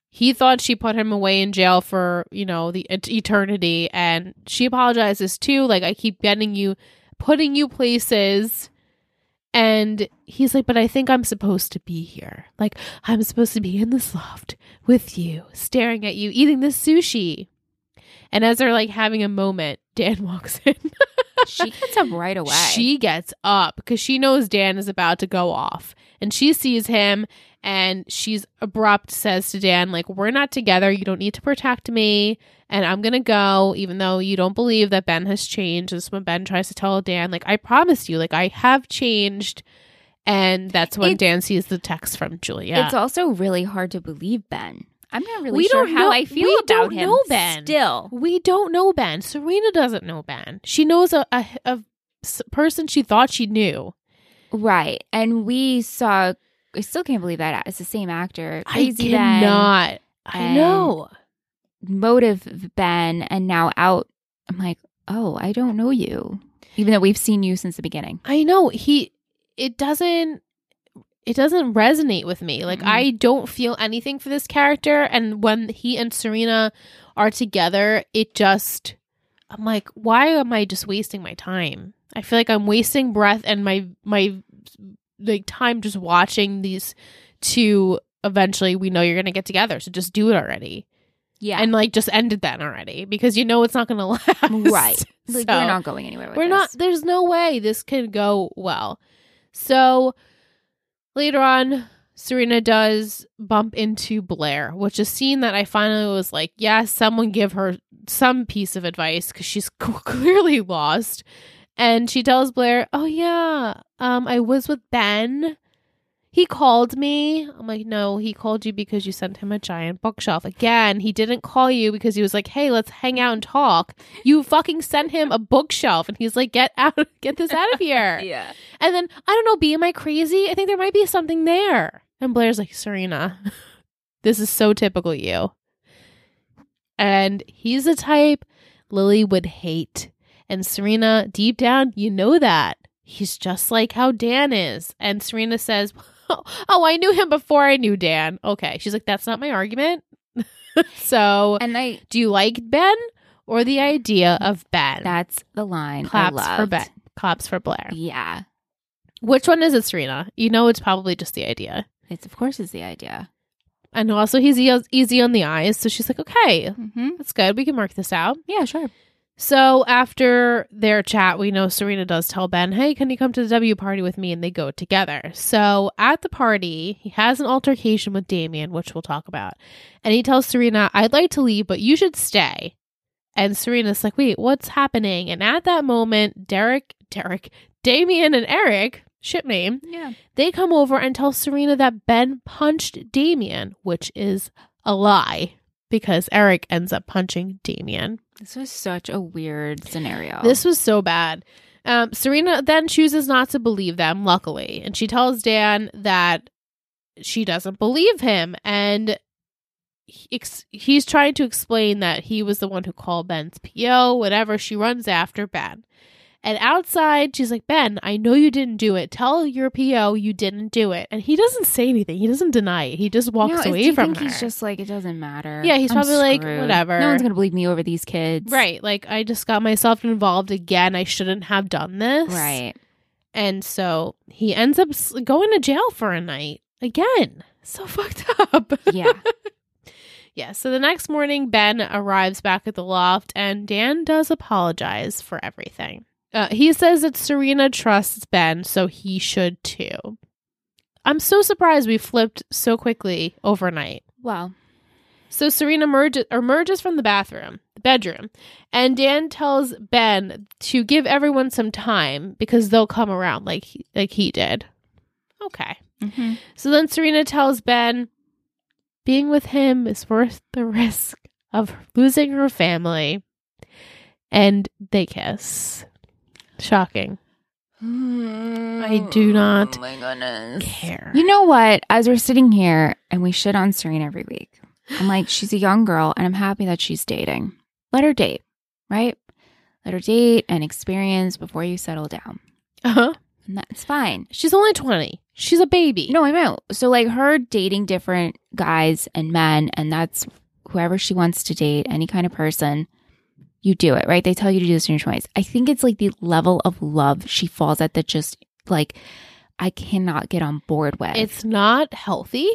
S1: He thought she put him away in jail for you know the et- eternity, and she apologizes too. Like I keep getting you, putting you places. And he's like, but I think I'm supposed to be here. Like, I'm supposed to be in this loft with you, staring at you, eating this sushi. And as they're like having a moment, Dan walks in.
S2: she gets up right away.
S1: She gets up because she knows Dan is about to go off. And she sees him and she's abrupt, says to Dan, like, we're not together. You don't need to protect me. And I'm going to go, even though you don't believe that Ben has changed. This is when Ben tries to tell Dan, like, I promise you, like, I have changed. And that's when
S2: It's-
S1: Dan sees the text from Julia.
S2: It's also really hard to believe Ben. I'm not really
S1: We
S2: sure
S1: don't
S2: how
S1: know-
S2: I feel
S1: we
S2: about
S1: don't
S2: him.
S1: know Ben.
S2: Still.
S1: We don't know Ben. Serena doesn't know Ben. She knows a, a, a s- person she thought she knew.
S2: Right. And we saw I still can't believe that it's the same actor. Crazy
S1: I
S2: Ben,
S1: cannot. I
S2: and-
S1: know.
S2: motive Ben and now out I'm like, "Oh, I don't know you." Even though we've seen you since the beginning.
S1: I know. He. It doesn't. It doesn't resonate with me. Like
S2: Mm-mm.
S1: I don't feel anything for this character. And when he and Serena are together, it just. I'm like, why am I just wasting my time? I feel like I'm wasting breath and my my like time just watching these two. Eventually, we know you're gonna get together, so just do it already.
S2: Yeah.
S1: and like just end it then already because you know it's not going to last.
S2: Right. like,
S1: so
S2: we're not going anywhere with
S1: we're
S2: this.
S1: not- there's no way this can go well. So later on, Serena does bump into Blair, which is scene that I finally was like, yes, someone give her some piece of advice because she's c- clearly lost. And she tells Blair, oh, yeah, um, I was with Ben. He called me. I'm like, no, he called you because you sent him a giant bookshelf. Again, he didn't call you because he was like, hey, let's hang out and talk. You fucking sent him a bookshelf. And he's like, get out, get this out of here.
S2: Yeah.
S1: And then, I don't know, B, am I crazy? I think there might be something there. And Blair's like, Serena, this is so typical you. And he's a type Lily would hate. And Serena, deep down, you know that. He's just like how Dan is. And Serena says, Oh, I knew him before I knew Dan. Okay. She's like, That's not my argument. so,
S2: And I
S1: do you like Ben or the idea of Ben?
S2: that's the line I
S1: Claps
S2: loved.
S1: for Ben. Claps for Blair.
S2: Yeah.
S1: Which one is it, Serena? You know, it's probably just the idea.
S2: It's of course is the idea.
S1: And also, he's e- easy on the eyes. So she's like, okay,
S2: Mm-hmm.
S1: that's good. We can work this out.
S2: Yeah, sure.
S1: So after their chat, we know Serena does tell Ben, hey, can you come to the W party with me? And they go together. So at the party, he has an altercation with Damien, which we'll talk about. And he tells Serena, I'd like to leave, but you should stay. And Serena's like, wait, what's happening? And at that moment, Derek, Derek, Damien and Eric, ship name,
S2: Yeah.
S1: they come over and tell Serena that Ben punched Damien, which is a lie because Eric ends up punching Damien.
S2: This was such a weird scenario.
S1: This was so bad. Um, Serena then chooses not to believe them, luckily, and she tells Dan that she doesn't believe him, and he ex- he's trying to explain that he was the one who called Ben's PO. Whatever, she runs after Ben, and outside she's like, "Ben, I know you didn't do it. Tell your PO you didn't do it." And he doesn't say anything. He doesn't deny it. He just
S2: No,
S1: walks
S2: it's-
S1: away
S2: do you
S1: from
S2: think
S1: her.
S2: he's just like it doesn't matter.
S1: Yeah, he's
S2: I'm
S1: probably like,
S2: screwed.
S1: whatever.
S2: No one's gonna believe me over these kids.
S1: right. Like I just got myself involved again. I shouldn't have done this.
S2: Right.
S1: And so he ends up s- going to jail for a night again. So fucked up.
S2: Yeah.
S1: yeah. So the next morning, Ben arrives back at the loft and Dan does apologize for everything. Uh, he says that Serena trusts Ben, so he should too. I'm so surprised we flipped so quickly overnight.
S2: well.
S1: So Serena emerges, emerges from the bathroom, the bedroom, and Dan tells Ben to give everyone some time because they'll come around like he, like he did. Okay.
S2: mhm.
S1: So then Serena tells Ben being with him is worth the risk of losing her family. And they kiss. Shocking.
S2: I
S1: do not
S2: Oh my goodness.
S1: Care.
S2: You know what? As we're sitting here and we shit on Serena every week, I'm like, she's a young girl and I'm happy that she's dating. Let her date, right? Let her date and experience before you settle down.
S1: uh-huh.
S2: And that's fine.
S1: She's only 20. She's a baby.
S2: No, I know. So, like, her dating different guys and men, and that's whoever she wants to date, any kind of person, you do it, right? They tell you to do this in your 20s. I think it's like the level of love she falls at that just, like, I cannot get on board with.
S1: It's not healthy.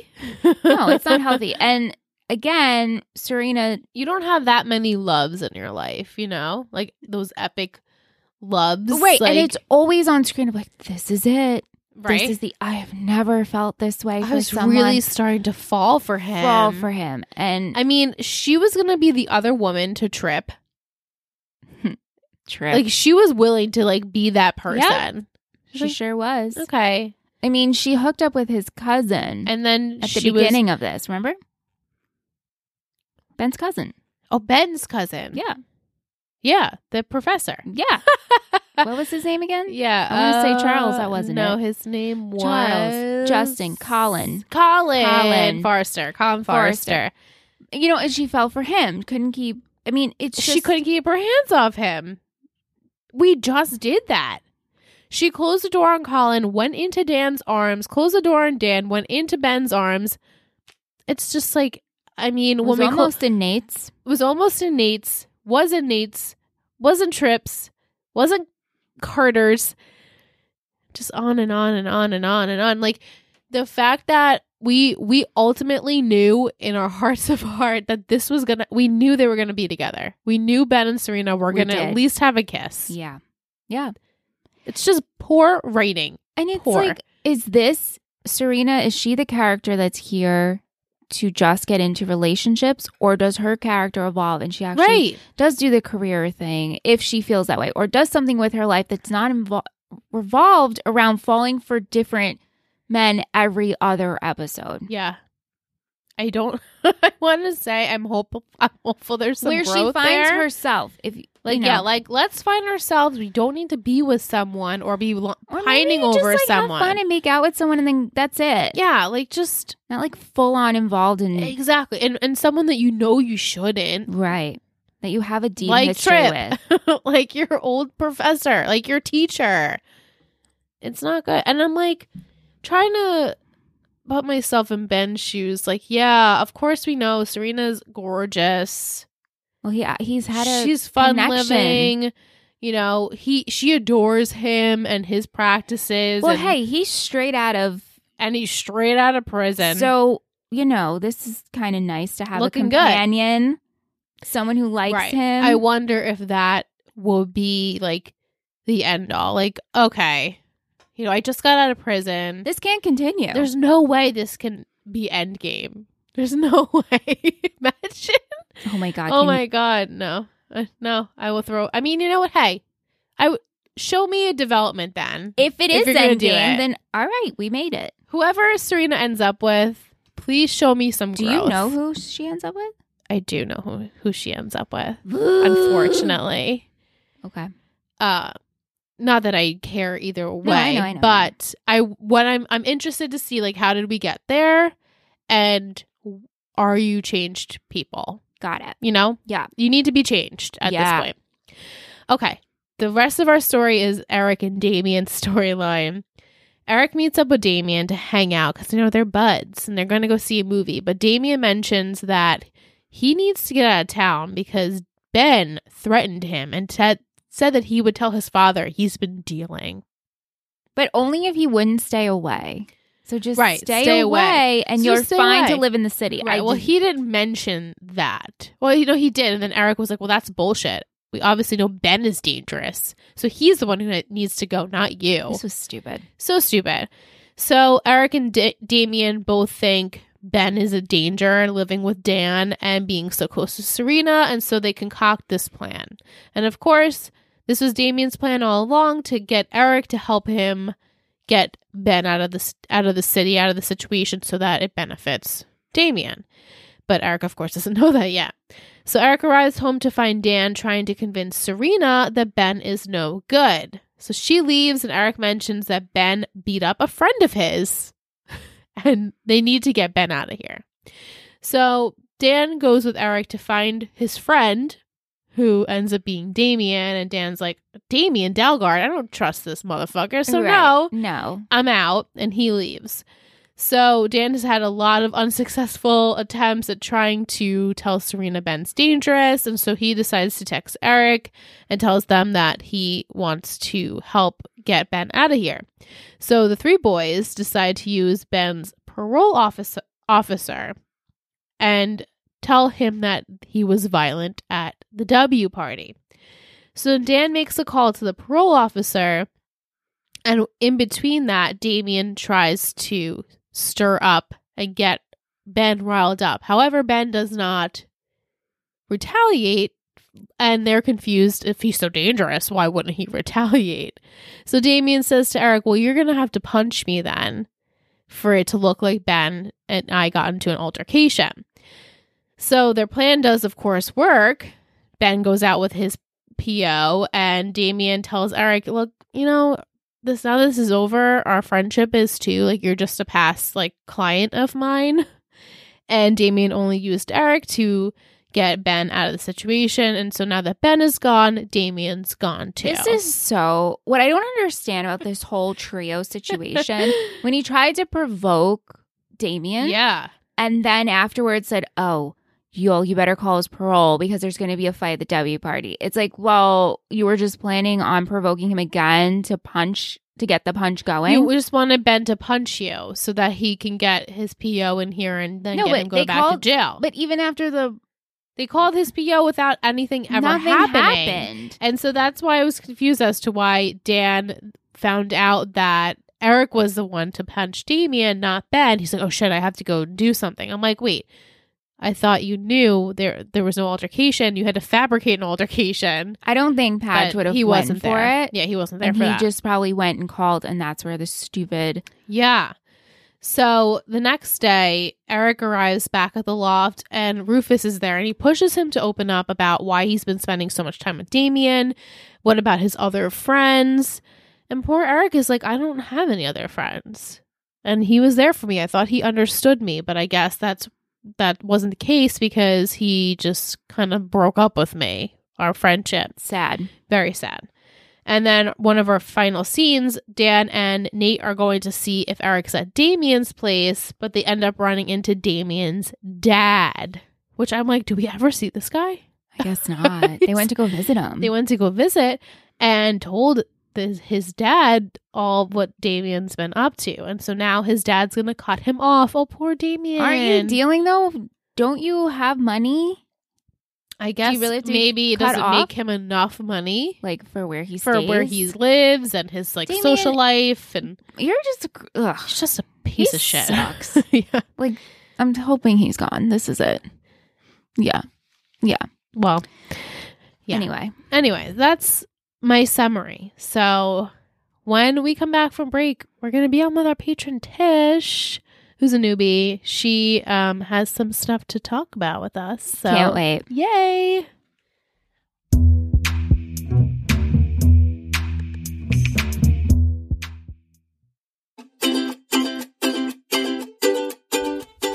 S2: no, it's not healthy. And again, Serena,
S1: you don't have that many loves in your life, you know? Like those epic loves.
S2: right,
S1: like-
S2: and it's always on screen of like, this is it.
S1: right.
S2: This is the I have never felt this way.
S1: I
S2: for
S1: was
S2: someone.
S1: really starting to fall for him.
S2: fall for him, and
S1: I mean, she was gonna be the other woman to trip.
S2: trip.
S1: Like she was willing to like be that person.
S2: she sure was.
S1: Okay.
S2: I mean, she hooked up with his cousin
S1: And then
S2: at the
S1: she
S2: beginning of this. Remember, Ben's cousin.
S1: was Oh Ben's cousin.
S2: Yeah,
S1: Yeah. The professor.
S2: yeah. what was his name again?
S1: Yeah.
S2: I wanna say
S1: uh,
S2: Charles, that wasn't
S1: No,
S2: it.
S1: his name was
S2: Charles, Justin, Colin.
S1: Colin.
S2: Colin.
S1: Forrester. Colin
S2: Forrester.
S1: Forrester.
S2: You know, and she fell for him. Couldn't keep. I mean, it's
S1: she
S2: just-
S1: couldn't keep her hands off him. We just did that. She closed the door on Colin, went into Dan's arms, closed the door on Dan, went into Ben's arms. It's just like, I mean,
S2: It
S1: when
S2: was
S1: we clo-
S2: almost in Nate's.
S1: was almost in Nate's, was in Nate's, wasn't Trips, wasn't Carter's, just on and on and on and on and on. Like the fact that we we ultimately knew in our hearts of heart that this was gonna we knew they were gonna be together. We knew Ben and Serena were
S2: We
S1: gonna at
S2: did.
S1: least have a kiss.
S2: Yeah, yeah.
S1: It's just poor writing.
S2: And it's
S1: Poor.
S2: like, is this Serena? Is she the character that's here to just get into relationships, or does her character evolve and she actually
S1: right.
S2: does do the career thing if she feels that way, or does something with her life that's not invo- revolved around falling for different men every other episode?
S1: Yeah. I don't I wanna say I'm hopeful I'm hopeful there's some
S2: Where she
S1: growth
S2: finds
S1: there.
S2: herself, if
S1: Like
S2: you know,
S1: yeah, like let's find ourselves. We don't need to be with someone or be lo-
S2: or maybe
S1: pining
S2: you just,
S1: over
S2: like, have
S1: someone.
S2: fun and make out with someone, and then that's it.
S1: yeah, like just
S2: not like full on involved in
S1: exactly, and and someone that you know you shouldn't,
S2: Right. That you have a deep
S1: Like
S2: history
S1: Trip.
S2: with.
S1: like your old professor, like your teacher. It's not good, and I'm like trying to put myself in Ben's shoes. Like, yeah, of course we know Serena's gorgeous.
S2: Well, he uh, he's had a
S1: she's fun
S2: connection.
S1: living. You know, he she adores him and his practices.
S2: well.
S1: and-
S2: Hey, he's straight out of
S1: and he's straight out of prison.
S2: so you know this is kind of nice to have
S1: Looking
S2: a
S1: good.
S2: companion, someone who likes
S1: Right.
S2: him.
S1: I wonder if that will be like the end all. Like, okay, you know, I just got out of prison.
S2: This can't continue.
S1: There's no way this can be end game. There's no way. Imagine.
S2: oh my
S1: oh
S2: god. can you-
S1: my god, no, Uh, no. I will throw. I mean, you know what? Hey, I w- show me a development then.
S2: if it
S1: if
S2: is
S1: you're gonna
S2: end
S1: do
S2: game,
S1: it.
S2: then all right, we made it.
S1: Whoever Serena ends up with, please show me some.
S2: Do
S1: growth.
S2: you know who she ends up with?
S1: I do know who, who she ends up with. Unfortunately,
S2: Okay.
S1: uh, not that I care either way,
S2: I know, I know.
S1: but I what I'm I'm interested to see like how did we get there, and are you changed people?
S2: Got it.
S1: You know,
S2: Yeah.
S1: you need to be changed at
S2: Yeah.
S1: this point. Okay. The rest of our story is Eric and Damien's storyline. Eric meets up with Damien to hang out because, you know, they're buds and they're going to go see a movie. But Damien mentions that he needs to get out of town because Ben threatened him and said said that he would tell his father he's been dealing.
S2: But only if he wouldn't stay away. So just
S1: Right,
S2: stay,
S1: stay
S2: away,
S1: away.
S2: and
S1: So
S2: you're
S1: just stay
S2: fine to
S1: away.
S2: live in the city.
S1: Right.
S2: I
S1: well,
S2: just-
S1: he didn't mention that. Well, you know, he did. And then Eric was like, well, that's bullshit. We obviously know Ben is dangerous. So he's the one who needs to go, not you.
S2: this was stupid.
S1: So stupid. So Eric and D- Damien both think Ben is a danger living with Dan and being so close to Serena, and so they concoct this plan. And of course, this was Damien's plan all along to get Eric to help him get Ben out of the s- out of the city, out of the situation, so that it benefits Damien. But Eric, of course, doesn't know that yet. So Eric arrives home to find Dan trying to convince Serena that Ben is no good. So she leaves, and Eric mentions that Ben beat up a friend of his and they need to get Ben out of here. So Dan goes with Eric to find his friend, who ends up being Damien. And Dan's like, Damien Dalgard, I don't trust this motherfucker. So
S2: Right.
S1: no,
S2: No.
S1: I'm out, and he leaves. So Dan has had a lot of unsuccessful attempts at trying to tell Serena Ben's dangerous, and so he decides to text Eric and tells them that he wants to help get Ben out of here. So the three boys decide to use Ben's parole officer officer and tell him that he was violent at the W party. So Dan makes a call to the parole officer and in between that, Damien tries to stir up and get Ben riled up. However, Ben does not retaliate, and they're confused. If he's so dangerous, why wouldn't he retaliate? So Damien says to Eric, Well, you're going to have to punch me then for it to look like Ben and I got into an altercation. So their plan does, of course, work. Ben goes out with his PO, and Damien tells Eric, Look, you know, this now this is over our friendship is too like you're just a past like client of mine and damien only used eric to get ben out of the situation and so now that ben is gone damien's gone too
S2: This is so what I don't understand about this whole trio situation. when he tried to provoke Damien
S1: yeah
S2: and then afterwards said, "Oh, you'll you better call his parole because there's going to be a fight at the W party." It's like, well, you were just planning on provoking him again to punch to get the punch going.
S1: you just wanted ben to punch you so that he can get his po in here and then
S2: No,
S1: get
S2: but
S1: him
S2: they
S1: go back
S2: called-
S1: to jail
S2: but even after the
S1: they called his po without anything ever
S2: nothing
S1: happening
S2: happened,
S1: And so that's why I was confused as to why Dan found out that Eric was the one to punch Damien, not Ben. He's like, "Oh shit, I have to go do something." I'm like, "Wait, I thought you knew there there was no altercation. You had to fabricate an altercation."
S2: I don't think Patch
S1: But
S2: would have
S1: he
S2: went
S1: wasn't
S2: for
S1: there.
S2: it.
S1: Yeah, he wasn't there
S2: And
S1: for
S2: he
S1: that.
S2: just probably went and called, and that's where the stupid
S1: Yeah. So the next day, Eric arrives back at the loft and Rufus is there and he pushes him to open up about why he's been spending so much time with Damien, what about his other friends. And poor Eric is like, I don't have any other friends. And he was there for me. I thought he understood me, but I guess that's that wasn't the case because he just kind of broke up with me, our friendship
S2: sad.
S1: very sad. And then one of our final scenes, Dan and Nate are going to see if Eric's at Damien's place, but they end up running into Damien's dad, which I'm like, do we ever see this guy?
S2: I guess not. they went to go visit him.
S1: They went to go visit and told the, his dad all what Damien's been up to. And so now his dad's going to cut him off. Oh, poor Damien.
S2: Aren't you dealing though? Don't you have money?
S1: I guess
S2: really have to be
S1: maybe it
S2: cut
S1: doesn't
S2: off?
S1: make him enough money
S2: like for where he
S1: for
S2: stays.
S1: where he lives and his like
S2: Damien-
S1: social life, and
S2: You're just ugh.
S1: he's just a piece
S2: He
S1: of shit.
S2: sucks.
S1: yeah.
S2: I'm hoping he's gone. This is it. Yeah.
S1: Well, Yeah.
S2: Anyway,
S1: anyway, that's my summary. So when we come back from break, we're gonna be on with our patron Tish, who's a newbie. She um has some stuff to talk about with us. So
S2: can't wait.
S1: yay.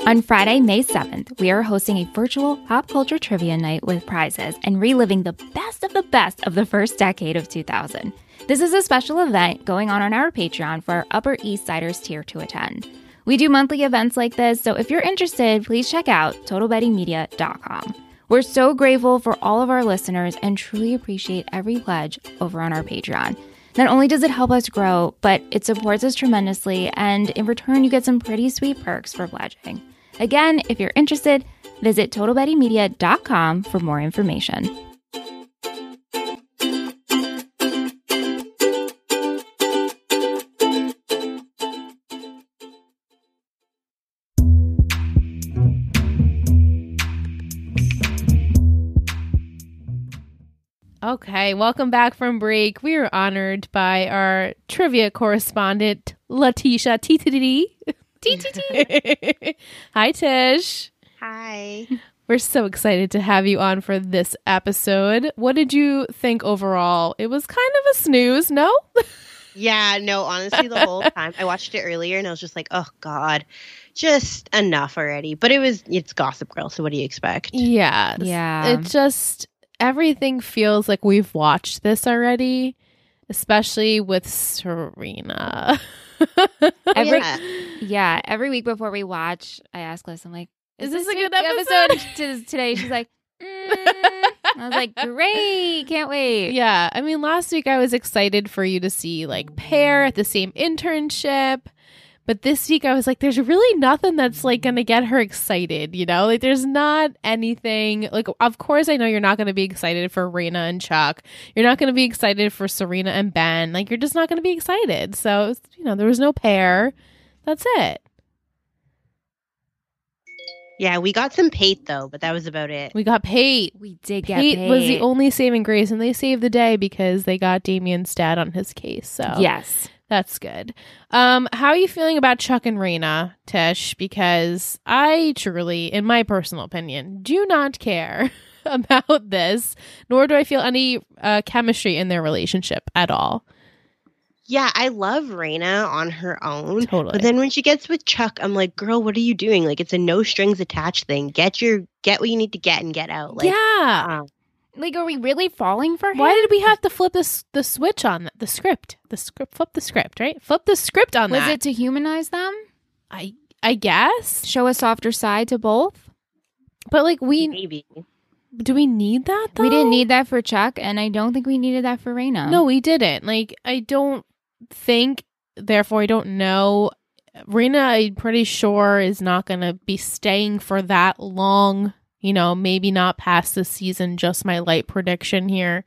S2: On Friday, May 7th, we are hosting a virtual pop culture trivia night with prizes and reliving the best of the best of the first decade of 2000. This is a special event going on on our Patreon for our Upper East Siders tier to attend. We do monthly events like this, so if you're interested, please check out totalbettingmedia.com. We're so grateful for all of our listeners and truly appreciate every pledge over on our Patreon. Not only does it help us grow, but it supports us tremendously, and in return, you get some pretty sweet perks for pledging. Again, if you're interested, visit totalbettymedia.com for more information.
S1: Okay, welcome back from break. We are honored by our trivia correspondent, Letitia Tititi. Hi, Tish.
S3: Hi.
S1: We're so excited to have you on for this episode. What did you think overall? It was kind of a snooze, no?
S3: Yeah, no, honestly, the whole time I watched it earlier and I was just like, oh, God, just enough already. But it was, it's Gossip Girl. So what do you expect?
S1: Yeah.
S2: Yeah.
S1: It just, everything feels like we've watched this already, especially with Serena.
S2: Every-
S3: Yeah.
S2: yeah, every week before we watch, I ask Liz, I'm like,
S1: Is this a
S2: your
S1: good episode?"
S2: to- today? She's like, mm. I was like, great, can't wait.
S1: Yeah, I mean, last week I was excited for you to see like pair at the same internship, but this week I was like, there's really nothing that's like gonna get her excited, you know? Like, there's not anything. Like, of course, I know you're not gonna be excited for Raina and Chuck. You're not gonna be excited for Serena and Ben. Like, you're just not gonna be excited. So, it's- you know, there was no pair. That's it.
S3: Yeah, we got some Pate, though, but that was about it.
S1: We got Pate.
S2: We did get
S1: Pate was the
S2: paid.
S1: only saving grace, and they saved the day because they got Damien's dad on his case. So,
S2: Yes.
S1: That's good. Um, how are you feeling about Chuck and Raina, Tish? Because I truly, in my personal opinion, do not care about this, nor do I feel any uh, chemistry in their relationship at all.
S3: Yeah, I love Raina on her own.
S1: Totally.
S3: But then when she gets with Chuck, I'm like, girl, what are you doing? Like, it's a no strings attached thing. Get your, get what you need to get and get out. Like,
S1: yeah.
S2: Like, are we really falling for him?
S1: Why did we have to flip this the switch on that? The script, the script, flip the script, right? Flip the script on
S2: was
S1: that.
S2: it to humanize them?
S1: I I guess,
S2: Show a softer side to both?
S1: but like we
S3: maybe.
S1: do we need that? Though?
S2: We didn't need that for Chuck, and I don't think we needed that for Raina.
S1: No, we didn't. Like, I don't think, therefore, I don't know. Rena, I'm pretty sure, is not going to be staying for that long. You know, maybe not past this season, just my light prediction here.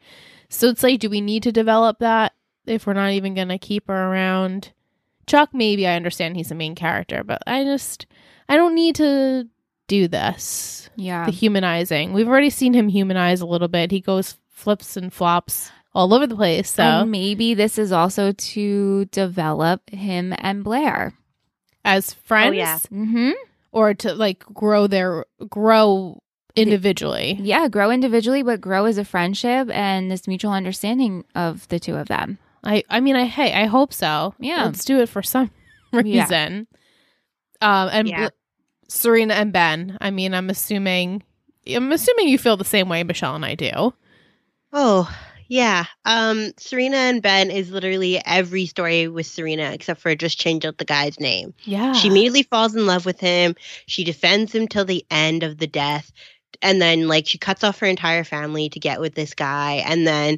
S1: So it's like, do we need to develop that if we're not even going to keep her around? Chuck, maybe I understand he's the main character, but I just, I don't need to do this.
S2: Yeah.
S1: The humanizing. We've already seen him humanize a little bit. He goes flips and flops all over the place. So
S2: And maybe this is also to develop him and Blair.
S1: as friends
S3: yeah.
S2: Mm-hmm.
S1: or to like grow their grow individually.
S2: Yeah, grow individually, but grow as a friendship and this mutual understanding of the two of them.
S1: I I mean I hey, I hope so.
S2: Yeah.
S1: Let's do it for some reason. Um and
S3: Yeah.
S1: Bl- Serena and Ben. I mean, I'm assuming I'm assuming you feel the same way Michelle and I do.
S3: Oh, yeah. Um, Serena and Ben is literally every story with Serena except for just change out the guy's name.
S1: Yeah.
S3: She immediately falls in love with him. She defends him till the end of the death. And then, like, she cuts off her entire family to get with this guy. And then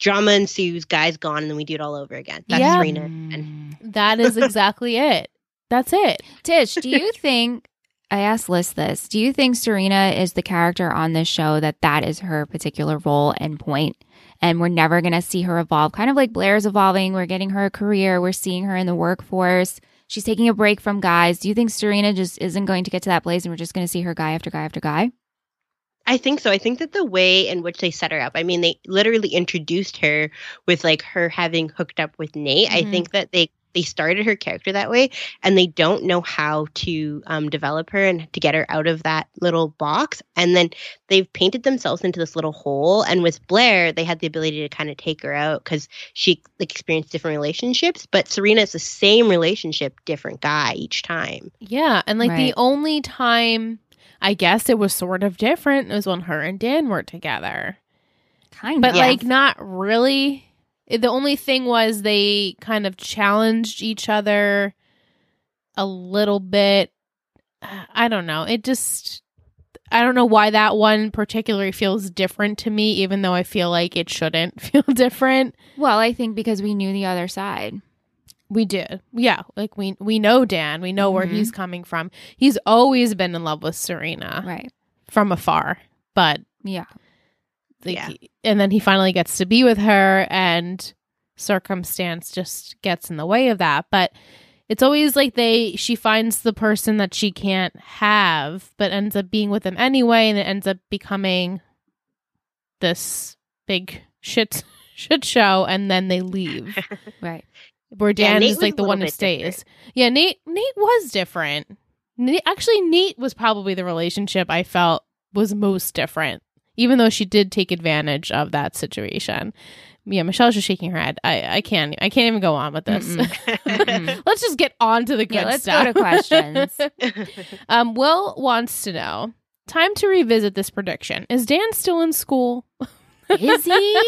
S3: drama ensues. Guy's gone. And then we do it all over again. That's
S1: Yeah.
S3: Serena. And
S2: Mm.
S1: that is exactly it. That's it.
S2: Tish, do you think I asked Liz this. Do you think Serena is the character on this show that that is her particular role and point, and we're never going to see her evolve? Kind of like Blair's evolving. We're getting her a career. We're seeing her in the workforce. She's taking a break from guys. Do you think Serena just isn't going to get to that place, and we're just going to see her guy after guy after guy?
S3: I think so. I think that the way in which they set her up, I mean, they literally introduced her with like her having hooked up with Nate.
S2: Mhm.
S3: I think that they they started her character that way, and they don't know how to um, develop her and to get her out of that little box. And then they've painted themselves into this little hole. And with Blair, they had the ability to kind of take her out because she like, experienced different relationships. But Serena is the same relationship, different guy each time.
S1: Yeah, and like
S2: Right.
S1: the only time I guess it was sort of different was when her and Dan were together.
S2: Kind
S1: But
S2: of.
S3: Yeah.
S1: like not really. The only thing was they kind of challenged each other a little bit. Uh, I don't know. It just I don't know why that one particularly feels different to me even though I feel like it shouldn't feel different.
S2: well, I think because we knew the other side.
S1: We did. Yeah, like we we know Dan. We know where
S2: Mhm.
S1: he's coming from. He's always been in love with Serena.
S2: Right.
S1: from afar, but
S2: Yeah.
S1: like,
S3: Yeah.
S1: and then he finally gets to be with her, and circumstance just gets in the way of that. But it's always like they she finds the person that she can't have, but ends up being with them anyway, and it ends up becoming this big shit shit show, and then they leave.
S2: Right.
S1: Where
S3: Yeah,
S1: Dan
S3: Nate
S1: is
S3: was
S1: like
S3: a
S1: the
S3: little
S1: one who
S3: bit
S1: stays.
S3: different.
S1: Yeah, Nate Nate was different. Nate, actually Nate was probably the relationship I felt was most different, even though she did take advantage of that situation. Yeah, Michelle's just shaking her head. I, I can't I can't even go on with this.
S2: Mm-mm.
S1: let's just get on to the good
S2: Yeah, let's go
S1: stuff.
S2: to questions.
S1: um, Will wants to know. Time to revisit this prediction. Is Dan still in school?
S2: Is he?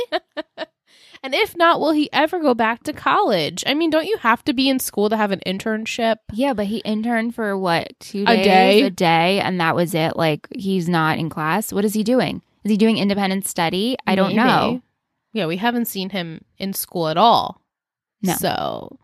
S1: And if not, will he ever go back to college? I mean, don't you have to be in school to have an internship?
S2: Yeah, but he interned for what two
S1: A
S2: days,
S1: day.
S2: a day, and that was it. Like he's not in class. What is he doing? Is he doing independent study? I don't know.
S1: Maybe. Yeah, we haven't seen him in school at all.
S2: No.
S1: So,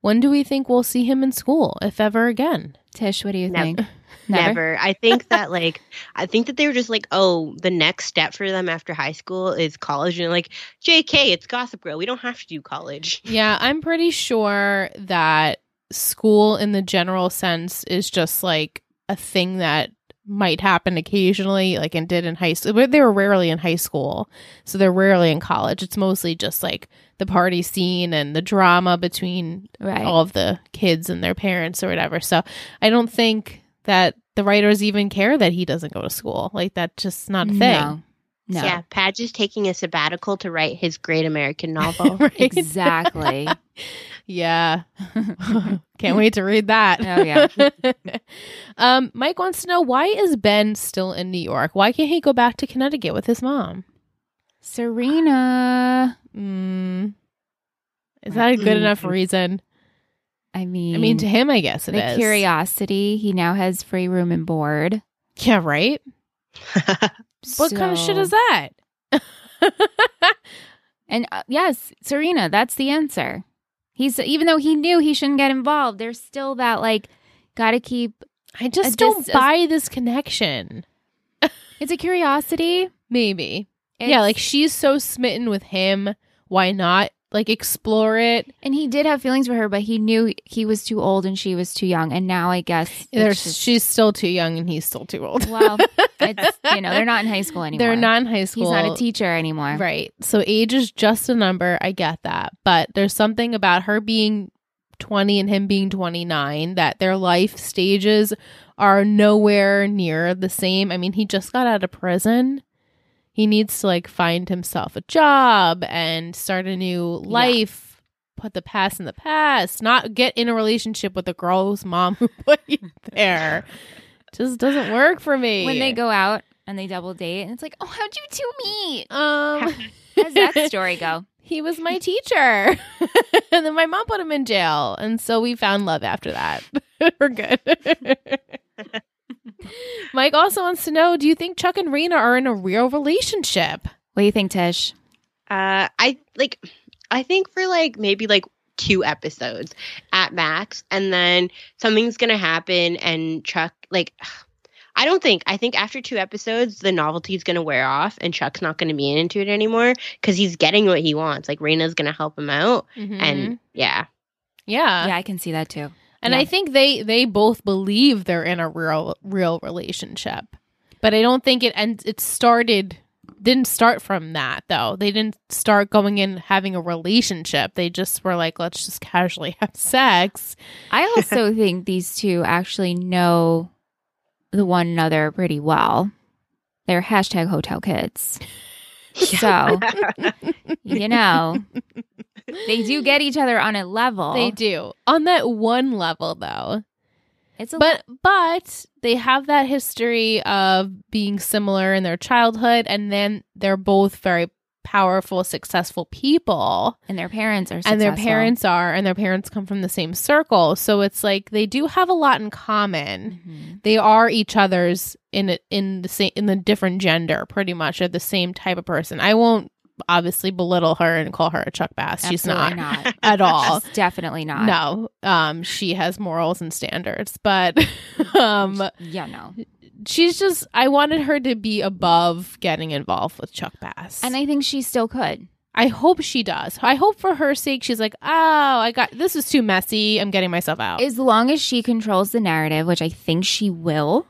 S1: when do we think we'll see him in school, if ever again?
S2: Tish, what do you
S3: Never.
S2: think?
S3: Never. I think that like I think that they were just like, oh, the next step for them after high school is college, and like, J.K. It's Gossip Girl. We don't have to do college.
S1: Yeah, I'm pretty sure that school in the general sense is just like a thing that might happen occasionally, like and did in high school. But they were rarely in high school, so they're rarely in college. It's mostly just like the party scene and the drama between
S2: Right.
S1: all of the kids and their parents or whatever. So I don't think that the writers even care that he doesn't go to school. Like that's just not a thing.
S2: No. No.
S3: Yeah, Padge is taking a sabbatical to write his great American novel.
S1: Right?
S2: Exactly.
S1: Yeah. Can't wait to read that.
S2: Oh, yeah.
S1: um, Mike wants to know why is Ben still in New York? Why can't he go back to Connecticut with his mom?
S2: Serena.
S1: Mm, is that a
S2: Mm-hmm.
S1: good enough reason?
S2: I mean,
S1: I mean, to him, I guess it is.
S2: the curiosity. He now has free room and board.
S1: Yeah, right. What kind of shit is that?
S2: And uh, yes, Serena, that's the answer. He's even though he knew he shouldn't get involved, there's still that like, gotta keep.
S1: I just
S2: Uh,
S1: don't
S2: this-
S1: buy this connection.
S2: It's a curiosity.
S1: Maybe. yeah, like
S2: It's-
S1: she's so smitten with him. Why not? Like explore it.
S2: And he did have feelings for her, but he knew he was too old and she was too young. And now I guess it's
S1: There's
S2: just-
S1: she's still too young and he's still too old.
S2: well, it's you know they're not in high school anymore.
S1: They're not in high
S2: He's
S1: school.
S2: not a teacher anymore.
S1: Right. So age is just a number. I get that. But there's something about her being 20 and him being 29 that their life stages are nowhere near the same. I mean, he just got out of prison. He needs to like find himself a job and start a new
S2: Yeah.
S1: life. Put the past in the past. Not get in a relationship with the girl's mom who put you there. Just doesn't work for me.
S2: When they go out and they double date, and it's like, oh, how'd you two meet?
S1: um,
S2: How's that story go?
S1: he was my teacher. and then my mom put him in jail. And so we found love after that. We're good. Mike also wants to know do you think Chuck and Rena are in a real relationship?
S2: What do you think, Tish?
S3: Uh, I like. I think for like maybe like two episodes at max and then something's going to happen and Chuck like I don't think I think after two episodes the novelty's going to wear off and Chuck's not going to be into it anymore cuz he's getting what he wants. Like Reina's going to help him out
S1: And
S3: and yeah.
S1: yeah.
S2: Mm-hmm. yeah, I can see that too.
S1: And
S2: Yeah.
S1: I think they they both believe they're in a real real relationship. But I don't think it and it started didn't start from that though. They didn't start going in having a relationship. They just were like let's just casually have sex.
S2: I also think these two actually know the one another pretty well. They're hashtag hotel kids. So, you know, they do get each other on a level.
S1: They do. On that one level though.
S2: It's a
S1: But but they have that history of being similar in their childhood and then they're both very powerful successful people.
S2: and their parents are
S1: and their
S2: successful.
S1: parents are and their parents come from the same circle so it's like they do have a lot in common
S2: Mhm.
S1: they are each other's in a, in the same in the different gender pretty much or the same type of person i won't obviously belittle her and call her a chuck bass she's
S2: Absolutely
S1: not, at all
S2: She's definitely not.
S1: no um she has morals and standards but um
S2: Yeah, no.
S1: she's just i wanted her to be above getting involved with chuck bass
S2: And I think she still could.
S1: I hope she does. I hope for her sake she's like, oh, I got this is too messy. I'm getting myself out.
S2: As long as she controls the narrative, which I think she will,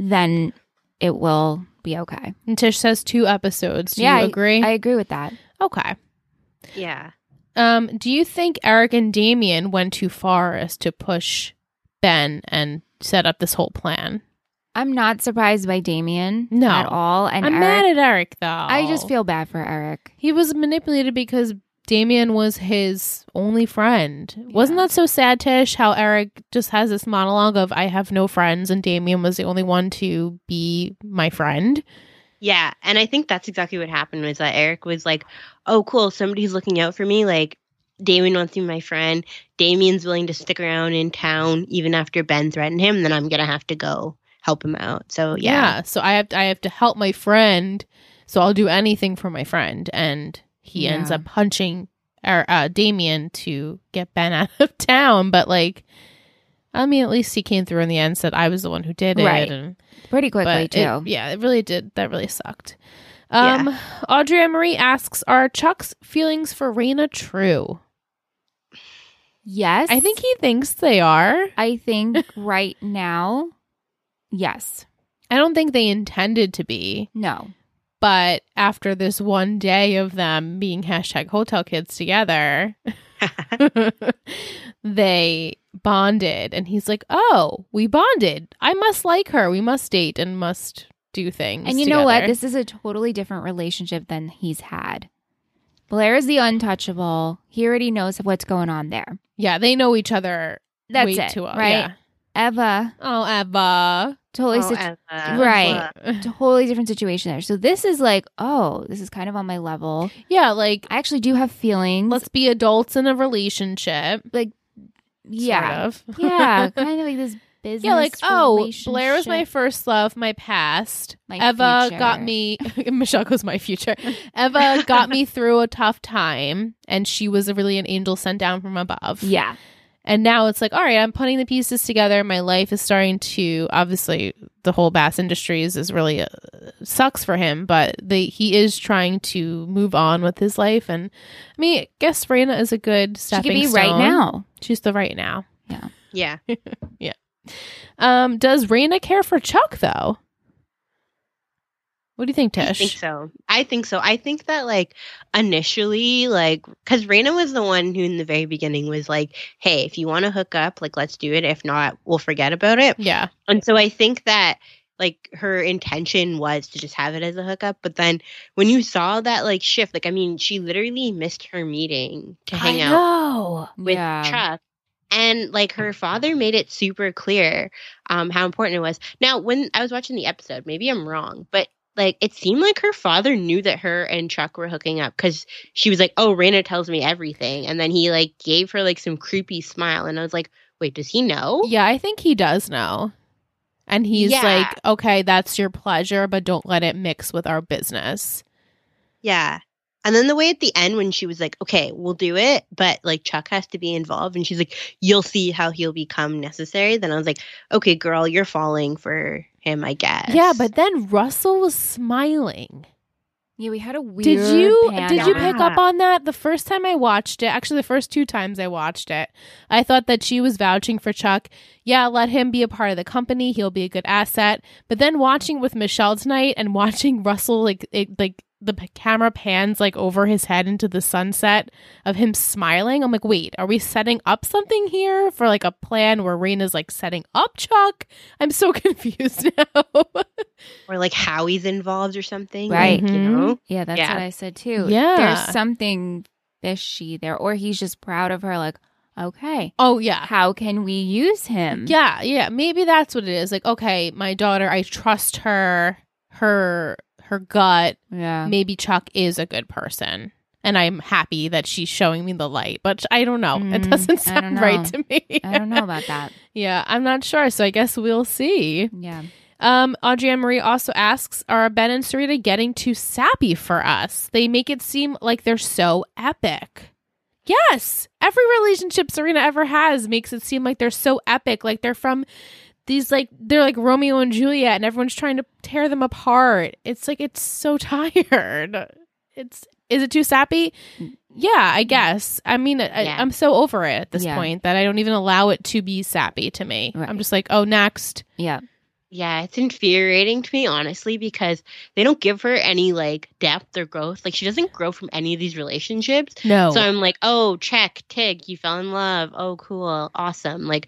S2: then it will be okay.
S1: and Tish says two episodes. Do
S2: Yeah,
S1: you agree?
S2: I agree with that.
S1: okay.
S3: Yeah.
S1: Um, do you think Eric and Damien went too far as to push Ben and set up this whole plan?
S2: I'm not surprised by Damien
S1: No.
S2: at all. And
S1: I'm
S2: Eric,
S1: mad at Eric though.
S2: I just feel bad for Eric.
S1: he was manipulated because Damien was his only friend. Wasn't that so sad, Tish? How Eric just has this monologue of "I have no friends" and Damien was the only one to be my friend.
S3: Yeah, and I think that's exactly what happened was that Eric was like, "Oh, cool, somebody's looking out for me." Like, Damien wants to be my friend. Damien's willing to stick around in town even after Ben threatened him. Then I'm gonna have to go help him out.
S2: Oh,
S3: So yeah,
S1: yeah so i have i have to help my friend so i'll do anything for my friend and he ends
S2: Yeah.
S1: up punching or uh damien to get ben out of town but like i mean at least he came through in the end said i was the one who did it
S2: Right.
S1: and
S2: Pretty quickly,
S1: but
S2: too.
S1: it- yeah it really did that really sucked um audrey and marie asks are chuck's feelings for Raina true
S2: yes.
S1: i think he thinks they are
S2: I think right now, yes.
S1: i don't think they intended to be
S2: No.
S1: But after this one day of them being hashtag hotel kids together,
S3: Oh,
S1: they bonded. And he's like, Oh, we bonded. I must like her. We must date and must do things.
S2: And you know what?
S1: together."
S2: This is a totally different relationship than he's had. Blair is the untouchable. He already knows what's going on there.
S1: yeah, they know each other.
S2: That's
S1: way
S2: it,
S1: too well.
S2: right?
S1: Yeah.
S2: Eva,
S1: Oh, Abba.
S2: totally,
S3: Oh,
S2: sit-
S3: Emma.
S2: Right. totally different situation there. So this is like, oh, this is kind of on my level.
S1: Yeah, like,
S2: I actually do have feelings.
S1: let's be adults in a relationship.
S2: yeah,
S1: Sort of.
S2: yeah, kind of like this business.
S1: Yeah, like oh, Blair was my
S2: relationship,
S1: first love, my past.
S2: my
S1: Eva
S2: future.
S1: got me. Michelle goes my future. Eva got me through a tough time, and she was really an angel sent down from above.
S2: Yeah,
S1: And now it's like, all right, I'm putting the pieces together. My life is starting to obviously the whole Bass Industries is really uh, sucks for him, but the he is trying to move on with his life. And I mean, I guess Raina is a good
S2: she
S1: stepping
S2: could be right
S1: stone.
S2: now.
S1: She's the right now.
S3: Yeah.
S1: Um, does Raina care for Chuck though? What do you think,
S3: I
S1: Tish?
S3: think so. I think so. I think that like initially, like, because Raina was the one who in the very beginning was like, "Hey, if you want to hook up, like, let's do it. If not, we'll forget about it."
S1: Yeah.
S3: And so I think that like her intention was to just have it as a hookup, but then when you saw that like shift, like I mean, she literally missed her meeting to hang out
S1: know.
S3: with
S2: yeah.
S3: Chuck. And like her father made it super clear um how important it was. Now, when I was watching the episode, maybe I'm wrong, but like it seemed like her father knew that her and Chuck were hooking up because she was like, "Oh, Raina tells me everything," and then he like gave her like some creepy smile, and I was like, "Wait, does he know?"
S1: Yeah, I think he does know. And he's
S3: Yeah.
S1: like, okay, that's your pleasure, but don't let it mix with our business.
S3: Yeah. And then the way at the end when she was like, okay, we'll do it, but like Chuck has to be involved. And she's like, you'll see how he'll become necessary. Then I was like, okay, girl, you're falling for him, I guess.
S1: Yeah, but then Russell was smiling.
S2: Yeah, we had a weird.
S1: Did you
S2: pan
S1: did you pick
S2: out.
S1: up on that the first time I watched it? Actually, the first two times I watched it, I thought that she was vouching for Chuck. Yeah, let him be a part of the company; he'll be a good asset. But then watching with Michelle tonight and watching Russell like it, like the p- camera pans like over his head into the sunset of him smiling. I'm like, wait, are we setting up something here for like a plan where Raina's like setting up Chuck? I'm so confused now.
S3: Or like how he's involved or something.
S2: Right.
S3: Like, you
S1: Mm-hmm.
S3: know?
S2: Yeah, that's
S3: Yeah.
S2: what I said too.
S1: Yeah.
S2: there's something fishy there, or he's just proud of her. Like, okay,
S1: oh yeah,
S2: how can we use him?
S1: Yeah, yeah. Maybe that's what it is. Like, okay, my daughter, I trust her, her her gut.
S2: yeah.
S1: Maybe Chuck is a good person. And I'm happy that she's showing me the light, but I don't know. it
S2: Mm,
S1: doesn't
S2: I don't
S1: sound right
S2: know.
S1: to me.
S2: I don't know about that.
S1: yeah, I'm not sure. So I guess we'll see.
S2: Yeah,
S1: Um, Audrey Anne Marie also asks, are Ben and Sarita getting too sappy for us? They make it seem like they're so epic. Yes, every relationship Serena ever has makes it seem like they're so epic, like they're from these like they're like Romeo and Juliet and everyone's trying to tear them apart. It's like it's so tired. It's is it too sappy? Yeah, I guess. I mean, I,
S3: Yeah.
S1: I'm so over it at this
S2: Yeah.
S1: point that I don't even allow it to be sappy to me.
S2: Right.
S1: I'm just like, "Oh, next."
S2: yeah,
S3: Yeah, it's infuriating to me, honestly, because they don't give her any like depth or growth. Like she doesn't grow from any of these relationships.
S1: No.
S3: So I'm like, oh, check, tick, you fell in love. Oh, cool, awesome. Like,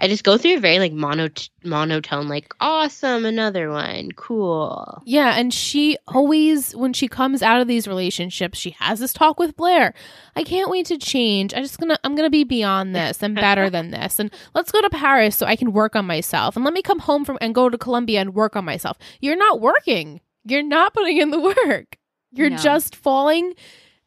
S3: I just go through a very like mono monotone, like awesome, another one, cool.
S1: Yeah, and she always, when she comes out of these relationships, she has this talk with Blair. I can't wait to change. I just gonna, I'm gonna be beyond this and better than this. And let's go to Paris so I can work on myself. And let me come home from and go to Colombia and work on myself. You're not working. You're not putting in the work. You're
S2: No.
S1: just falling,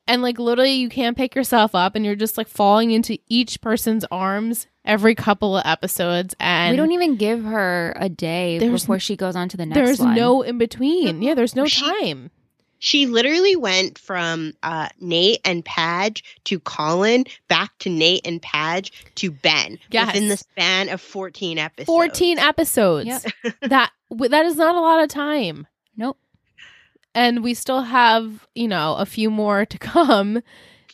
S1: and like literally, you can't pick yourself up, and you're just like falling into each person's arms every couple of episodes. And
S2: we don't even give her a day
S1: There's-
S2: before she goes on to the next
S1: there's
S2: one.
S1: no in between. Yeah, there's no
S3: She-
S1: time.
S3: She literally went from uh, Nate and Padge to Colin, back to Nate and Padge to Ben
S1: Yes.
S3: within the span of 14 episodes.
S1: 14 episodes. that w- that is not a lot of time.
S2: Nope.
S1: And we still have, you know, a few more to come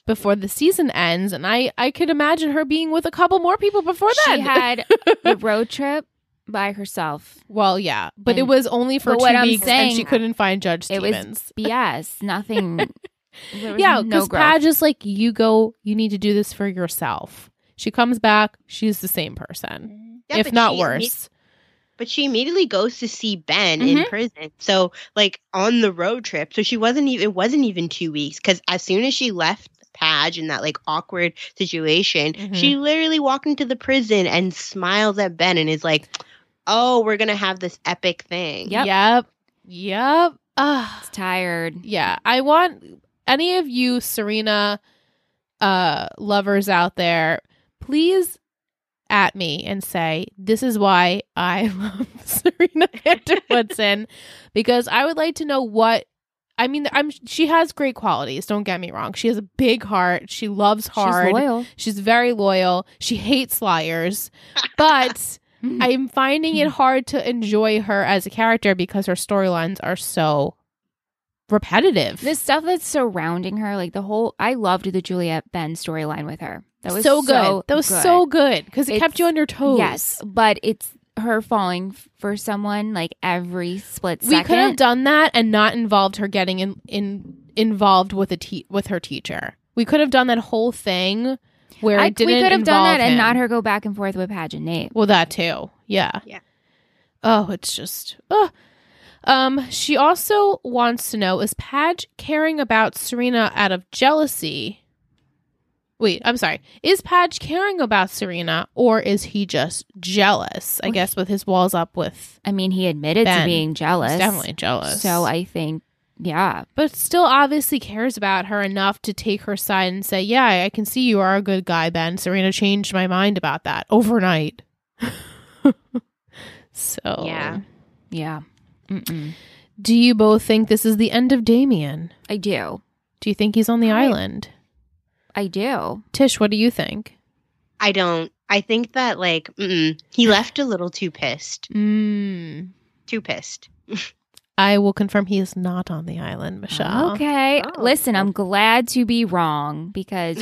S1: before the season ends and I I could imagine her being with a couple more people before then.
S2: She had the road trip by herself.
S1: well, yeah, but it
S2: And-
S1: was only for
S2: But
S1: 2
S2: what I'm
S1: weeks and
S2: saying-
S1: she couldn't find Judge
S2: It was-
S1: Stevens.
S2: BS, nothing. there was
S1: yeah,
S2: no
S1: because
S2: growth.
S1: Padge is like you go you need to do this for yourself. She comes back, she's the same person.
S3: Yeah,
S1: if
S3: but
S1: not
S3: she
S1: worse.
S3: imme- but she immediately goes to see Ben in prison. So like on the road trip. So she wasn't even it wasn't even two weeks because as soon as she left Padge in that like awkward situation, she literally walked into the prison and smiles at Ben and is like, "Oh, we're gonna have this epic thing."
S2: Yep.
S1: Yep. Yep. Ah.
S2: It's tired.
S1: yeah i want any of you serena uh lovers out there please at me and say this is why i love serena Hunter woodson because i would like to know what i mean i'm she has great qualities don't get me wrong she has a big heart she loves hard
S2: She's loyal.
S1: She's very loyal. She hates liars. But I'm finding
S2: Mm-hmm.
S1: it hard to enjoy her as a character because her storylines are so repetitive.
S2: the stuff that's surrounding her, like the whole, I loved the Juliet Ben storyline with her. That was
S1: so good. that was so good because it kept
S2: It's-
S1: you on your toes.
S2: Yes, but it's her falling f- for someone like every split
S1: We could have
S2: second.
S1: done that and not involved her getting in, in involved with a te- with her teacher. We could have done that whole thing where
S2: I,
S1: it didn't
S2: we could have done
S1: involve
S2: that and
S1: him.
S2: not her go back and forth with Pageant Nate.
S1: Well, that too. Yeah.
S3: Yeah.
S1: Oh, it's just. ugh. Um, she also wants to know is Padge caring about Serena out of jealousy? Wait, I'm sorry. Is Padge caring about Serena or is he just jealous? I
S2: Well,
S1: guess with his walls up with
S2: I mean, he admitted
S1: Ben.
S2: to being jealous.
S1: he's definitely jealous.
S2: So I think, yeah,
S1: but still obviously cares about her enough to take her side and say, "Yeah, I can see you are a good guy, Ben. Serena changed my mind about that overnight." so
S3: Yeah.
S2: yeah, Mm-mm.
S1: Do you both think this is the end of Damien?
S2: I do.
S1: Do you think he's on the
S2: I-
S1: island?
S2: I do.
S1: Tish, what do you think?
S3: I don't. I think that like mm-mm. he left a little too pissed.
S2: Mm.
S3: Too pissed.
S1: I will confirm he is not on the island, Michelle.
S2: Oh, Okay.
S3: Oh.
S2: Listen, I'm glad to be wrong because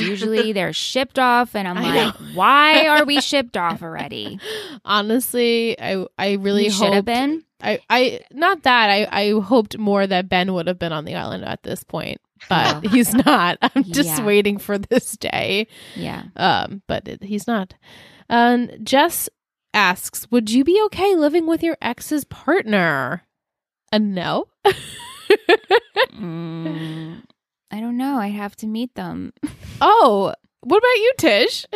S2: usually they're shipped off, and I'm
S1: I
S2: like, why are we shipped off already?
S1: Honestly, I I really
S2: He should have
S1: hoped
S2: been.
S1: I I not that I I hoped more that Ben would have been on the island at this point, but
S2: Oh.
S1: he's not. I'm just
S2: Yeah.
S1: waiting for this day.
S2: Yeah.
S1: Um, but it, he's not. Um, Jess asks, "Would you be okay living with your ex's partner?" A no.
S2: Mm, I don't know. I'd have to meet them.
S1: Oh, what about you, Tish?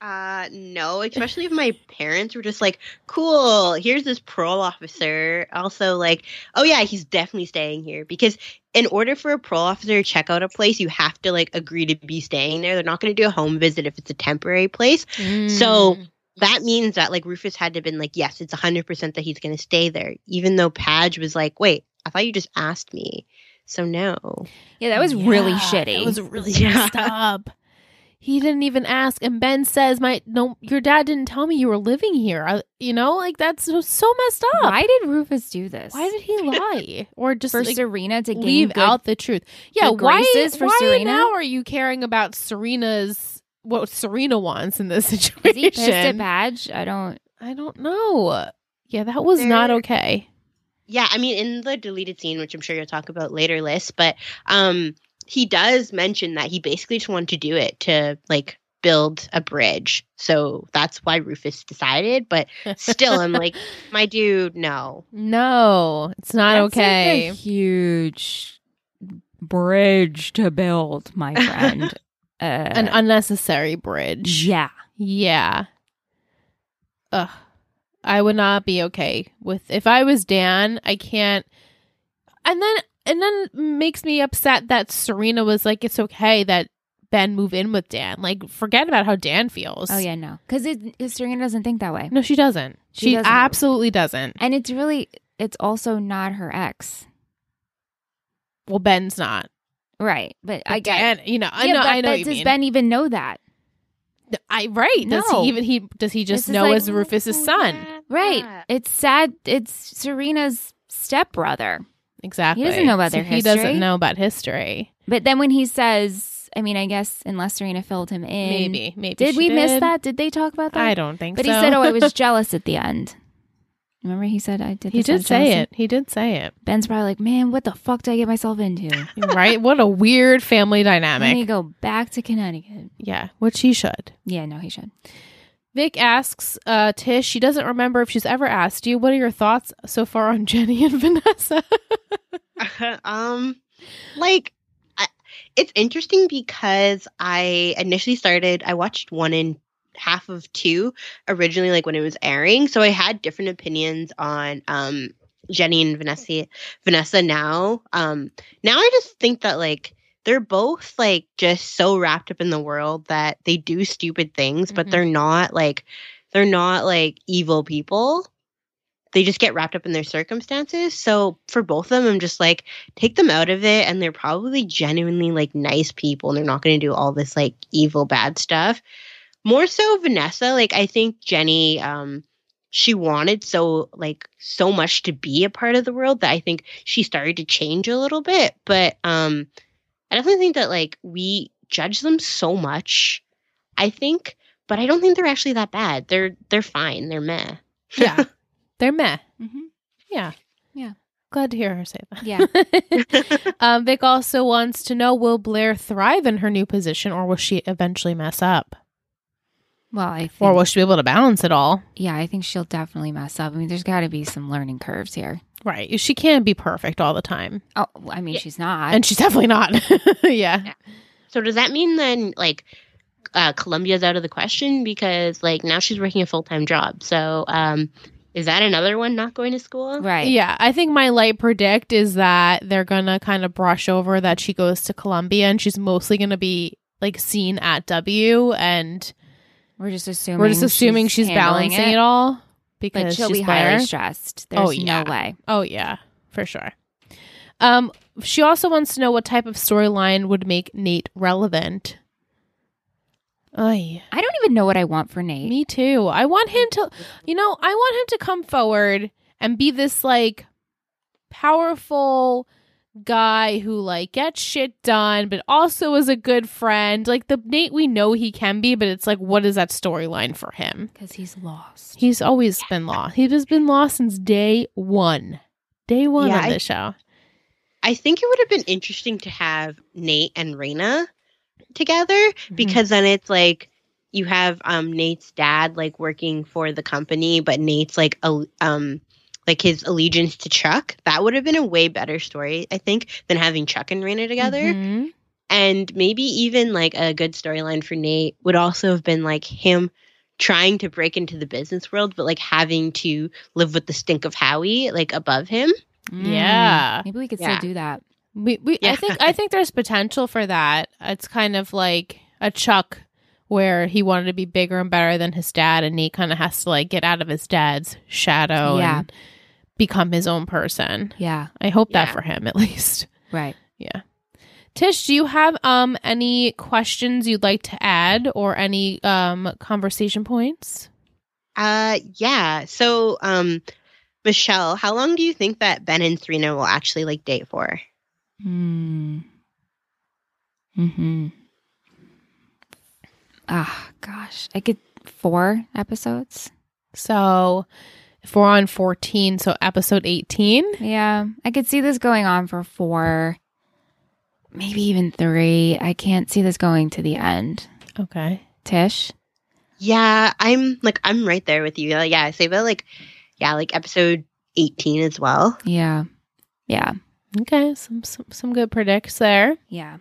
S3: Uh no, especially if my parents were just like, "Cool, here's this parole officer." Also like, "Oh yeah, he's definitely staying here." Because in order for a parole officer to check out a place, you have to like agree to be staying there. They're not going to do a home visit if it's a temporary place. So- That means that like Rufus had to have been like, "Yes, it's 100% that he's going to stay there." Even though Padge was like, "Wait, I thought you just asked me." So no.
S2: Yeah, that was really
S1: Yeah,
S2: shitty.
S1: That was really
S3: Yeah.
S1: messed up. Mm, He didn't even ask, and Ben says, "My no, your dad didn't tell me you were living here. I, you know, like that's so, so messed up.
S2: Why did Rufus do this?
S1: Why did he lie or just
S2: for
S1: like,
S2: Serena to gain
S1: leave
S2: good-
S1: out the truth? Yeah,
S2: good
S1: why?
S2: graces for
S1: why
S2: Serena?
S1: now are you caring about Serena's what Serena wants in this
S2: Is he pissed at
S1: situation?
S2: Badge? I don't.
S1: I don't know. Yeah, that was not
S3: There-
S1: okay.
S3: Yeah, I mean, in the deleted scene, which I'm sure you'll talk about later, Liz, but um, he does mention that he basically just wanted to do it to like build a bridge. So that's why Rufus decided. But still, I'm like, my dude, no.
S1: No, it's not
S2: That's like
S1: okay.
S2: a huge bridge to build, my friend. uh,
S1: An unnecessary bridge.
S2: yeah.
S1: Yeah. Ugh. I would not be okay with if I was Dan, I can't and then and then makes me upset that Serena was like, it's okay that Ben move in with Dan. Like, forget about how Dan feels.
S2: Oh yeah, no, because Serena doesn't think that way,
S1: No, she doesn't. She,
S2: She doesn't.
S1: absolutely doesn't.
S2: and it's really it's also not her ex,
S1: Well, Ben's not.
S2: right? But, I get.
S1: Dan, you know, I
S2: Yeah,
S1: know
S2: but,
S1: I know
S2: but
S1: what you
S2: does
S1: mean.
S2: Ben even know that?
S1: I right. Does
S2: No.
S1: he even he does he just
S2: This is
S1: know
S2: like- oh,
S1: as Rufus's son?
S2: Right.
S3: Yeah.
S2: It's sad. It's Serena's stepbrother.
S1: Exactly.
S2: know about their
S1: He doesn't
S2: history.
S1: know about history.
S2: But then when he says, I mean, I guess unless Serena filled him in,
S1: Maybe. Maybe
S2: Did
S1: she
S2: we miss
S1: did.
S2: that? Did they talk about that?
S1: I don't think
S2: But
S1: so.
S2: he said, "Oh, I was jealous at the end." Remember, he said, "I did."
S1: He
S2: this out
S1: did
S2: of
S1: say
S2: jealousy?"
S1: it. He did say it.
S2: Ben's probably like, "Man, what the fuck did I get myself into?"
S1: Right? What a weird family
S2: And then
S1: dynamic.
S2: he go back to Connecticut.
S1: Yeah, which he should.
S2: Yeah, no, he should.
S1: Vic asks uh, Tish, she doesn't remember if she's ever asked you, what are your thoughts so far on Jenny and Vanessa?
S3: um, like, I, it's interesting because I initially started, I watched one and half of two originally, like when it was airing. So I had different opinions on um Jenny and Vanessa. Vanessa now, um, now I just think that like they're both like just so wrapped up in the world that they do stupid things, but
S2: Mhm.
S3: they're not like they're not like evil people. They just get wrapped up in their circumstances. So for both of them, I'm just like, take them out of it, and they're probably genuinely like nice people, and they're not going to do all this like evil bad stuff. More so, Vanessa. Like I think Jenny, um, she wanted so like so much to be a part of the world that I think she started to change a little bit. But um, I definitely think that like we judge them so much. I think, but I don't think they're actually that bad. They're they're fine. They're meh.
S1: yeah. They're meh.
S2: Mm-hmm.
S1: Glad to hear her say that.
S2: Yeah.
S1: um, Vic also wants to know will Blair thrive in her new position or will she eventually mess up?
S2: Well, I think.
S1: Or will she be able to balance it all?
S2: yeah, I think she'll definitely mess up. I mean, there's got to be some learning curves here.
S1: Right. She can't be perfect all the time.
S2: Oh, I mean,
S3: Yeah.
S2: she's not.
S1: And she's definitely not. yeah.
S3: So does that mean then like uh, Columbia's out of the question because like now she's working a full time job. So um, is that another one not going to school?
S2: right.
S1: Yeah, I think my light predict is that they're gonna kind of brush over that she goes to Columbia and she's mostly gonna be like seen at W, and
S2: We're just assuming.
S1: we're just assuming she's,
S2: handling
S1: balancing it, all because
S2: But she'll
S1: she's Oh,
S2: be highly
S1: there.
S2: stressed. There's
S1: Oh, yeah.
S2: no way.
S1: oh yeah, for sure. Um, she also wants to know what type of storyline would make Nate relevant. Ay.
S2: I don't even know what I want for Nate.
S1: Me too. I want him to, you know, I want him to come forward and be this like powerful guy who like gets shit done, but also is a good friend. Like the Nate we know he can be, but it's like, what is that storyline for him?
S2: Because he's lost.
S1: He's always been lost. He has been lost since day one. Day one
S3: Yeah,
S1: of
S3: I-
S1: the show.
S3: I think it would have been interesting to have Nate and Raina together
S1: Mm-hmm.
S3: because then it's like you have um Nate's dad like working for the company, but Nate's like a um like his allegiance to Chuck. That would have been a way better story, I think, than having Chuck and Raina together.
S1: Mhm.
S3: And maybe even like a good storyline for Nate would also have been like him trying to break into the business world, but like having to live with the stink of Howie like above him.
S2: Mm.
S1: Yeah.
S2: Maybe we could
S3: Yeah.
S2: still do that.
S1: We, we I
S3: Yeah.
S1: think I think there's potential for that. It's kind of like a Chuck where he wanted to be bigger and better than his dad and he kind of has to like get out of his dad's shadow
S2: Yeah.
S1: and become his own person.
S2: Yeah.
S1: I hope that
S3: Yeah.
S1: for him at least.
S2: Right.
S1: Tish, do you have um any questions you'd like to add or any um conversation points?
S3: Uh, yeah. So, um, Michelle, how long do you think that Ben and Serena will actually like date for?
S2: Hmm. Hmm. Ah, gosh, I could four episodes.
S1: So, if we're on 14, so episode 18,
S2: Yeah, I could see this going on for four, maybe even three. I can't see this going to the end.
S1: okay.
S2: Tish,
S3: Yeah, I'm like I'm right there with you. Like, Yeah, say about like, yeah, like episode eighteen as well.
S2: yeah, yeah,
S1: Okay, some some, some good predicts there.
S2: yeah.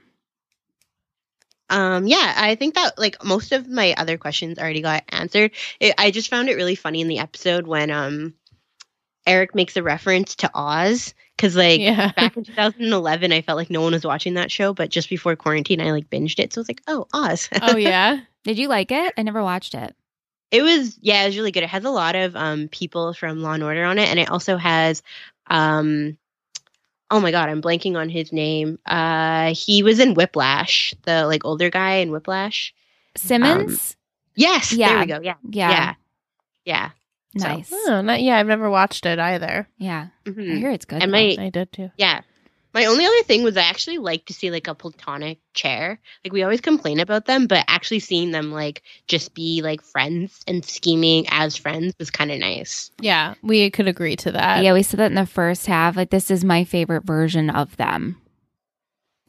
S3: Um, yeah, I think that like most of my other questions already got answered. It, I just found it really funny in the episode when um Eric makes a reference to Oz because like
S1: yeah.
S3: back in 2011, I felt like no one was watching that show, but just before quarantine, I like binged it, so I was like, oh, Oz.
S1: oh yeah.
S2: Did you like it? I never watched it.
S3: It was yeah, it was really good. It has a lot of um people from Law and Order on it, and it also has um oh my god, I'm blanking on his name. Uh he was in Whiplash, the like older guy in Whiplash.
S2: Simmons,
S3: Yes, there
S2: Yeah.
S3: we go. Yeah.
S2: yeah,
S3: Um, Yeah. Yeah. so-
S2: nice,
S1: Oh, not yeah. I've never watched it either.
S2: yeah. I
S3: Mhm.
S2: hear it's good.
S3: And
S2: though.
S3: my
S1: I did too.
S3: yeah. My only other thing was I actually like to see like a platonic chair. Like we always complain about them, but actually seeing them like just be like friends and scheming as friends was kind of nice.
S1: Yeah, we could agree to that.
S2: yeah, we said that in the first half. Like this is my favorite version of them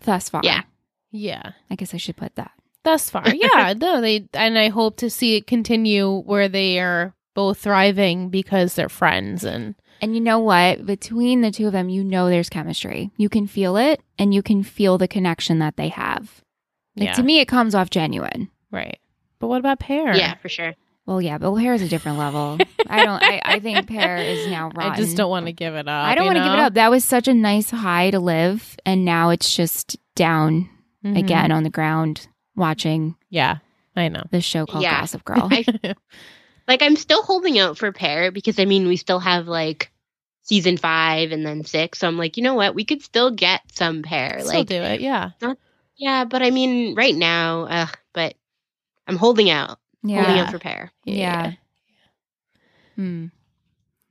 S2: thus far.
S3: Yeah.
S1: Yeah.
S2: I guess I should put that.
S1: Thus far, yeah. no, they and I hope to see it continue where they are both thriving because they're friends and
S2: And you know what? Between the two of them, you know there's chemistry. You can feel it and you can feel the connection that they have. Like
S1: yeah,
S2: to me it comes off genuine.
S1: right. But what about Pear?
S3: Yeah, for sure.
S2: Well, yeah, but hair is a different level. I don't I, I think pear is now rotten.
S1: I just don't want to give it up.
S2: I don't
S1: you
S2: want to give it
S1: know?
S2: up. That was such a nice high to live and now it's just down
S1: Mhm.
S2: again on the ground watching
S1: Yeah, I know.
S2: the show called
S3: Yeah.
S2: Gossip Girl.
S3: I- like I'm still holding out for pair because I mean we still have like season five and then six. So I'm like, you know what? We could still get some pair.
S1: Still
S3: like
S1: do it. Yeah.
S3: yeah, but I mean right now, uh, but I'm holding out. Holding out
S2: yeah.
S3: for pair.
S2: Yeah. Hmm.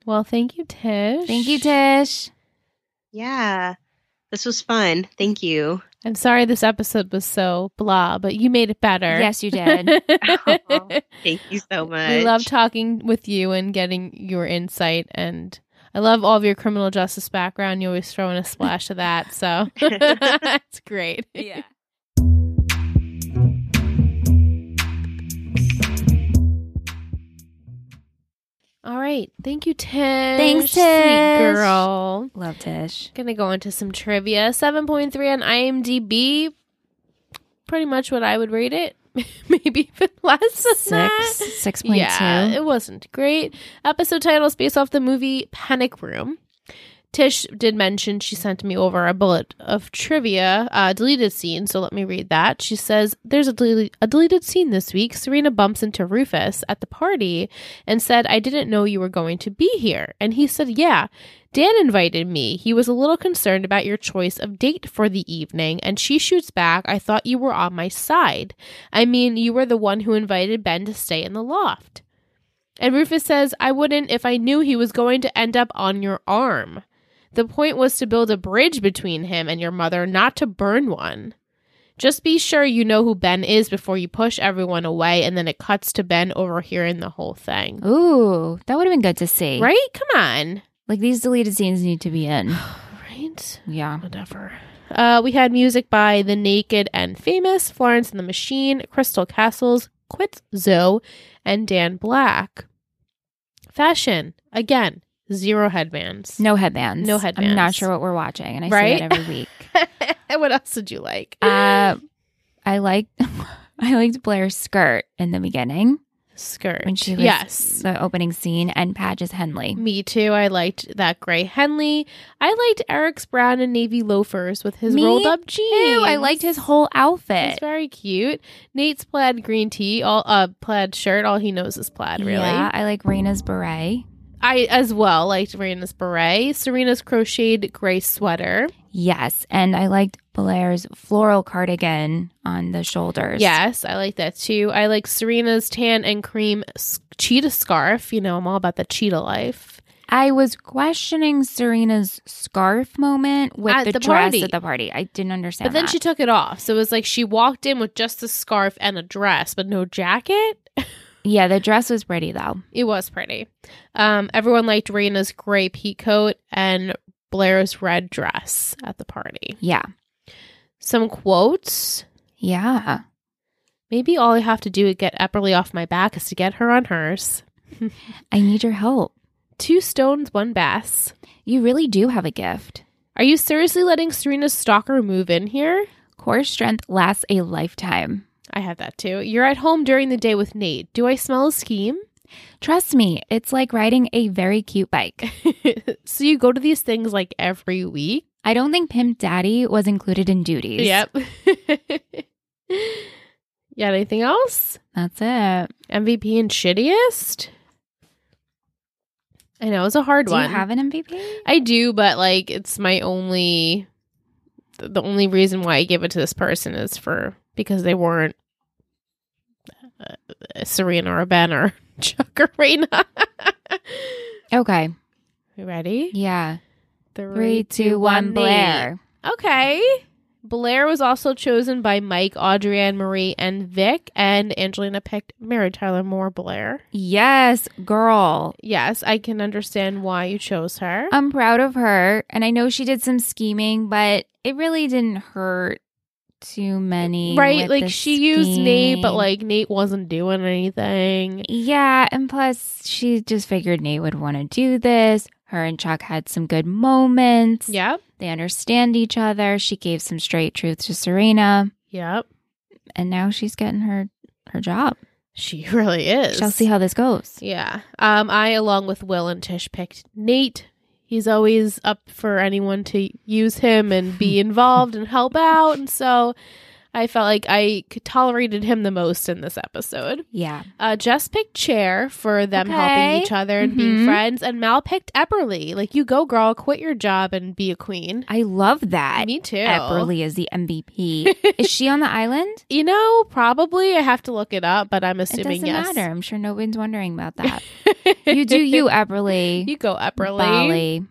S1: Well, thank you, Tish.
S2: Thank you, Tish.
S3: Yeah. This was fun. Thank you.
S1: I'm sorry this episode was so blah, but you made it better.
S2: Yes, you did.
S3: Thank you so much.
S1: we love talking with you and getting your insight and I love all of your criminal justice background. You always throw in a splash of that, so it's great.
S2: yeah.
S1: All right, thank you, Tish.
S2: Thanks,
S1: sweet
S2: Tish.
S1: girl.
S2: Love Tish.
S1: Gonna go into some trivia. Seven point three on IMDb. Pretty much what I would rate it. Maybe even less than that.
S2: six six point two.
S1: Yeah, it wasn't great. Episode title is based off the movie Panic Room. Tish did mention she sent me over a bullet of trivia, uh, deleted scene. So let me read that. She says, There's a, del- a deleted scene this week. Serena bumps into Rufus at the party and said, I didn't know you were going to be here. And he said, Yeah. Dan invited me. He was a little concerned about your choice of date for the evening, and she shoots back, I thought you were on my side. I mean, you were the one who invited Ben to stay in the loft. And Rufus says, I wouldn't if I knew he was going to end up on your arm. The point was to build a bridge between him and your mother, not to burn one. Just be sure you know who Ben is before you push everyone away, and then it cuts to Ben overhearing the whole thing.
S2: Ooh, that would have been good to see.
S1: Right? Come on.
S2: Like these deleted scenes need to be in.
S1: Right?
S2: Yeah.
S1: Whatever. Uh, we had music by The Naked and Famous, Florence and the Machine, Crystal Castles, Quitzo, and Dan Black. Fashion, again, zero headbands.
S2: No headbands.
S1: No
S2: I'm not
S1: headbands.
S2: sure what we're watching, and I
S1: Right?
S2: see that every week.
S1: what else did you like?
S2: uh, I liked, I liked Blair's skirt in the beginning
S1: Skirt.
S2: when she was
S1: yes.
S2: the opening scene, and Padge's Henley.
S1: Me too. I liked that gray Henley. I liked Eric's brown and navy loafers with his
S2: Me
S1: rolled up jeans.
S2: Ew, I liked his whole outfit.
S1: It's very cute. Nate's plaid green tee, all uh plaid shirt. All he knows is plaid, really.
S2: Yeah, I like Raina's beret.
S1: I as well liked Raina's beret, Serena's crocheted gray sweater.
S2: Yes, and I liked Blair's floral cardigan on the shoulders.
S1: Yes, I like that too. I like Serena's tan and cream s- cheetah scarf. You know, I'm all about the cheetah life.
S2: I was questioning Serena's scarf moment with
S1: At
S2: the,
S1: the
S2: dress
S1: party.
S2: at the party. I didn't understand.
S1: But then
S2: that.
S1: she took it off. So it was like she walked in with just the scarf and a dress, but no jacket.
S2: yeah, the dress was pretty though.
S1: It was pretty. Um, everyone liked Raina's gray pea coat and Blair's red dress at the party.
S2: Yeah,
S1: Some quotes.
S2: yeah.
S1: Maybe all I have to do to get Epperly off my back is to get her on hers.
S2: I need your help.
S1: Two stones, one bass.
S2: You really do have a gift.
S1: Are you seriously letting Serena's stalker move in here?
S2: Core strength lasts a lifetime.
S1: I have that too. You're at home during the day with Nate. Do I smell a scheme?
S2: Trust me, it's like riding a very cute bike.
S1: so you go to these things like every week?
S2: I don't think Pimp Daddy was included in duties.
S1: Yep. yeah, anything else?
S2: That's it.
S1: MVP and shittiest? I know it's a hard
S2: Do
S1: one.
S2: you have an MVP?
S1: I do, but like it's my only th- the only reason why I give it to this person is for because they weren't uh, Serena or Ben or Chuck or Raina.
S2: Okay.
S1: you ready?
S2: Yeah. Three, two, one, Blair.
S1: Okay. Blair was also chosen by Mike, Audrey Anne Marie, and Vic, and Angelina picked Mary Tyler Moore Blair.
S2: Yes, girl.
S1: Yes, I can understand why you chose her.
S2: I'm proud of her. And I know she did some scheming, but it really didn't hurt too many.
S1: right?
S2: with
S1: Like
S2: the
S1: she used Nate, but
S2: scheme.
S1: like Nate wasn't doing anything.
S2: Yeah. And plus, she just figured Nate would want to do this. Her and Chuck had some good moments.
S1: Yep.
S2: They understand each other. She gave some straight truth to Serena.
S1: Yep.
S2: And now she's getting her her job.
S1: She really is.
S2: Shall see how this goes.
S1: Yeah. Um, I, along with Will and Tish, picked Nate. He's always up for anyone to use him and be involved and help out. And so I felt like I c- tolerated him the most in this episode.
S2: Yeah.
S1: Uh, Jess picked Chair for them helping
S2: Okay.
S1: each other and being
S2: Mhm.
S1: friends. And Mal picked Epperly. Like, you go, girl, quit your job and be a queen.
S2: I love that.
S1: Me too.
S2: Epperly is the MVP. is she on the island?
S1: You know, probably I have to look it up, but I'm
S2: It
S1: assuming
S2: doesn't
S1: yes.
S2: matter. I'm sure no one's wondering about that. you do you, Epperly.
S1: You go, Epperly.
S2: Bali.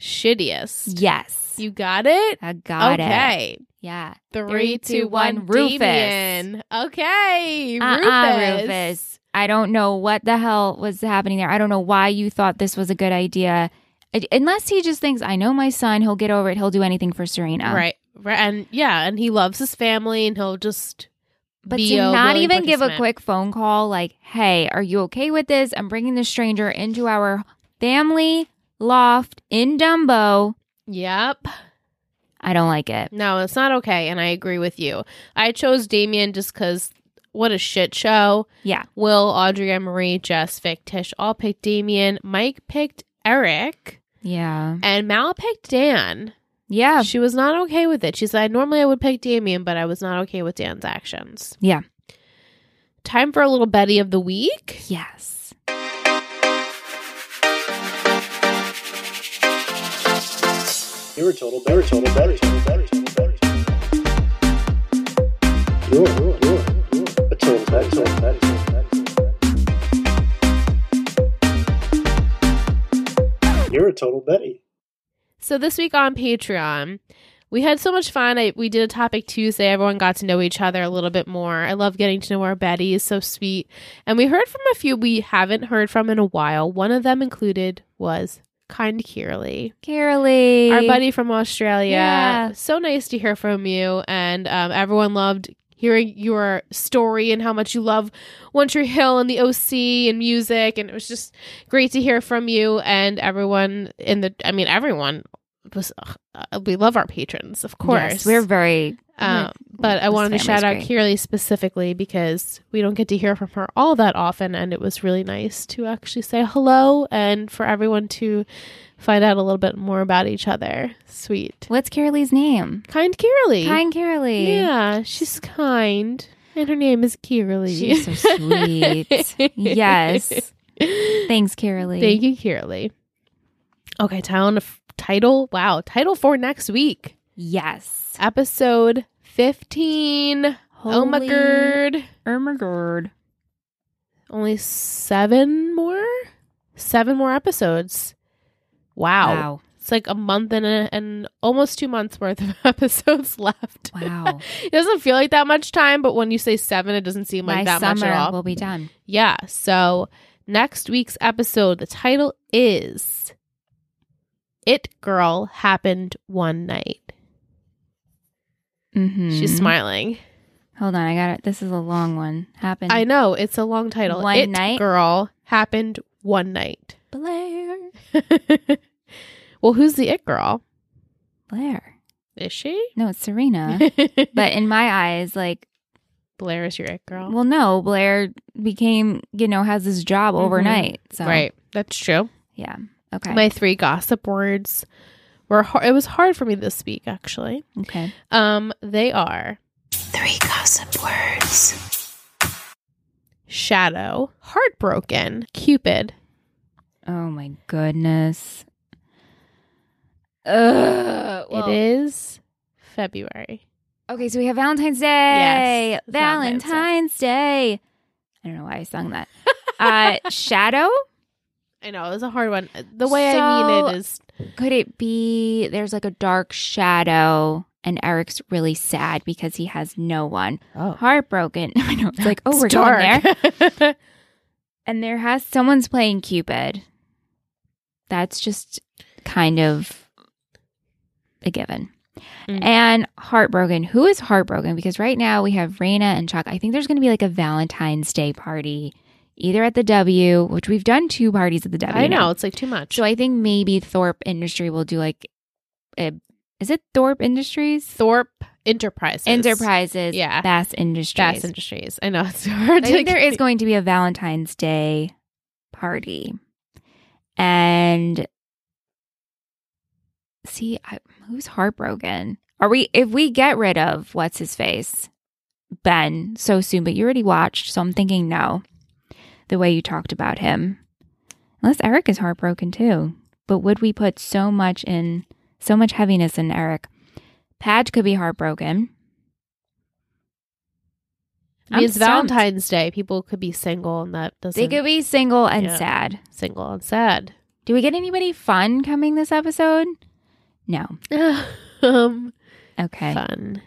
S1: Shittiest.
S2: Yes.
S1: You got it?
S2: I got it.
S1: okay.
S2: Yeah.
S1: Three, two, one,
S2: Rufus.
S1: Damien. Okay.
S2: Uh-uh,
S1: Rufus.
S2: Rufus. I don't know what the hell was happening there. I don't know why you thought this was a good idea. I- Unless he just thinks, I know my son, he'll get over it, he'll do anything for Serena.
S1: Right. Right. And yeah, and he loves his family and he'll just
S2: But
S1: be
S2: to
S1: a
S2: not
S1: willing
S2: even give a
S1: participant.
S2: quick phone call like, hey, are you okay with this? I'm bringing this stranger into our family loft in Dumbo.
S1: Yep.
S2: I don't like it.
S1: No, it's not okay. And I agree with you. I chose Damien just because what a shit show.
S2: Yeah.
S1: Will, Audrey, Anne Marie, Jess, Vic, Tish all picked Damien. Mike picked Eric.
S2: Yeah.
S1: And Mal picked Dan.
S2: Yeah.
S1: She was not okay with it. She said, Normally I would pick Damien, but I was not okay with Dan's actions.
S2: Yeah.
S1: Time for a little Betty of the week.
S2: Yes.
S4: You're a total berry, total berry, total berry, total berry. You're, you're, you're, you're a total berry, total berry, total berry, total berry. You're a total Betty.
S1: So this week on Patreon, we had so much fun. I, we did a topic Tuesday. Everyone got to know each other a little bit more. I love getting to know our Betty is so sweet. And we heard from a few we haven't heard from in a while. One of them included was kind Kiralee,
S2: Carolee.
S1: our buddy from Australia.
S2: Yeah.
S1: So nice to hear from you. And um, everyone loved hearing your story and how much you love Winter Hill and the OC and music. And it was just great to hear from you and everyone in the. I mean, everyone was. Uh, we love our patrons, of course.
S2: Yes, we're very
S1: Um, but I
S2: This
S1: wanted to
S2: family's
S1: shout out
S2: great.
S1: Kiralee specifically because we don't get to hear from her all that often, and it was really nice to actually say hello and for everyone to find out a little bit more about each other. Sweet,
S2: What's Carolee's name?
S1: kind Kiralee.
S2: Kind Carolee.
S1: yeah, she's kind, and her name is Kiralee.
S2: She's so sweet. yes. Thanks, Carolee.
S1: Thank you, Kiralee. Okay, town title. Wow, title for next week,
S2: Yes.
S1: episode fifteen. oh my
S2: Holy Oh
S1: god.
S2: Ermagerd.
S1: only seven more seven more episodes wow,
S2: Wow.
S1: it's like a month and, a, and almost two months worth of episodes left
S2: Wow.
S1: it doesn't feel like that much time but when you say seven it doesn't seem like
S2: By
S1: that much
S2: summer,
S1: at all
S2: we'll be done.
S1: yeah so next week's episode the title is it girl happened one night
S2: Mm-hmm.
S1: she's smiling
S2: Hold on. I got it. This is a long one. Happened.
S1: i know it's a long title
S2: One
S1: it
S2: night?
S1: girl happened one night
S2: Blair.
S1: well, who's the it girl?
S2: Blair.
S1: Is she?
S2: No, it's Serena. but in my eyes, like,
S1: Blair is your it girl.
S2: well, no, Blair became, you know, has this job
S1: Mhm.
S2: overnight. So,
S1: Right. That's true.
S2: Yeah. Okay.
S1: My three gossip words were har- it was hard for me this week actually.
S2: okay.
S1: Um they are
S3: Three gossip words.
S1: shadow, heartbroken, cupid,
S2: Oh my goodness. Ugh. Well,
S1: it is February.
S2: Okay, so we have Valentine's Day.
S1: Yes, it's Valentine's
S2: Valentine's,
S1: Day.
S2: Day. I don't know why I sung that. uh Shadow?
S1: I know, it was a hard one. The way I
S2: So-
S1: mean it is
S2: Could it be there's like a dark shadow and Eric's really sad because he has no one.
S1: oh,
S2: Heartbroken. I know. It's like, oh, we're dark.
S1: dark.
S2: there. And there has someone's playing Cupid. That's just kind of a given.
S1: Mm.
S2: And heartbroken. Who is heartbroken? Because right now we have Raina and Chuck. I think there's going to be like a Valentine's Day party, either at the W, which we've done two parties at the W.
S1: I
S2: now.
S1: know, it's like too much.
S2: So I think maybe Thorpe Industry will do like, a, is it Thorpe Industries?
S1: Thorpe Enterprises.
S2: Enterprises.
S1: Yeah.
S2: Bass Industries.
S1: Bass Industries. I know it's hard to
S2: I think there
S1: get-
S2: is going to be a Valentine's Day party. And see, I, who's heartbroken? Are we, if we get rid of what's his face, Ben, so soon, but you already watched. So I'm thinking no, the way you talked about him. Unless Eric is heartbroken too. But would we put so much in, so much heaviness in Eric? Padge could be heartbroken. I'm
S1: It's
S2: stumped.
S1: Valentine's Day. People could be single, and that doesn't
S2: They could be single and
S1: Yeah.
S2: sad.
S1: single and sad.
S2: Do we get anybody fun coming this episode? No.
S1: um,
S2: Okay.
S1: Fun.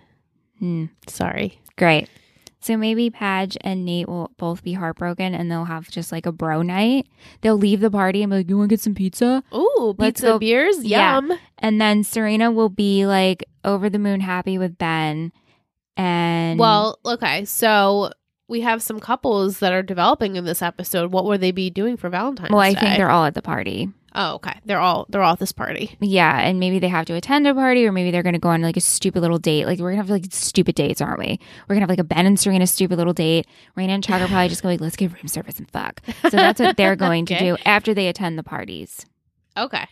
S2: Hmm.
S1: Sorry.
S2: Great. So maybe Padge and Nate will both be heartbroken and they'll have just like a bro night. They'll leave the party and be like, You want to get some pizza?
S1: Ooh,
S2: Let's
S1: pizza
S2: go-
S1: beers.
S2: Yeah.
S1: Yum.
S2: And then Serena will be like over the moon happy with Ben. And
S1: Well, okay. So we have some couples that are developing in this episode. What would they be doing for Valentine's?
S2: well, I
S1: Day?
S2: think they're all at the party.
S1: Oh, okay. They're all they're all at this party.
S2: Yeah, and maybe they have to attend a party, or maybe they're going to go on like a stupid little date. Like we're gonna have like stupid dates, aren't we? We're gonna have like a Ben and Serena stupid little date. Raina and Chuck are probably just going like, let's get room service and fuck. So that's what they're going
S1: Okay.
S2: to do after they attend the parties.
S1: Okay.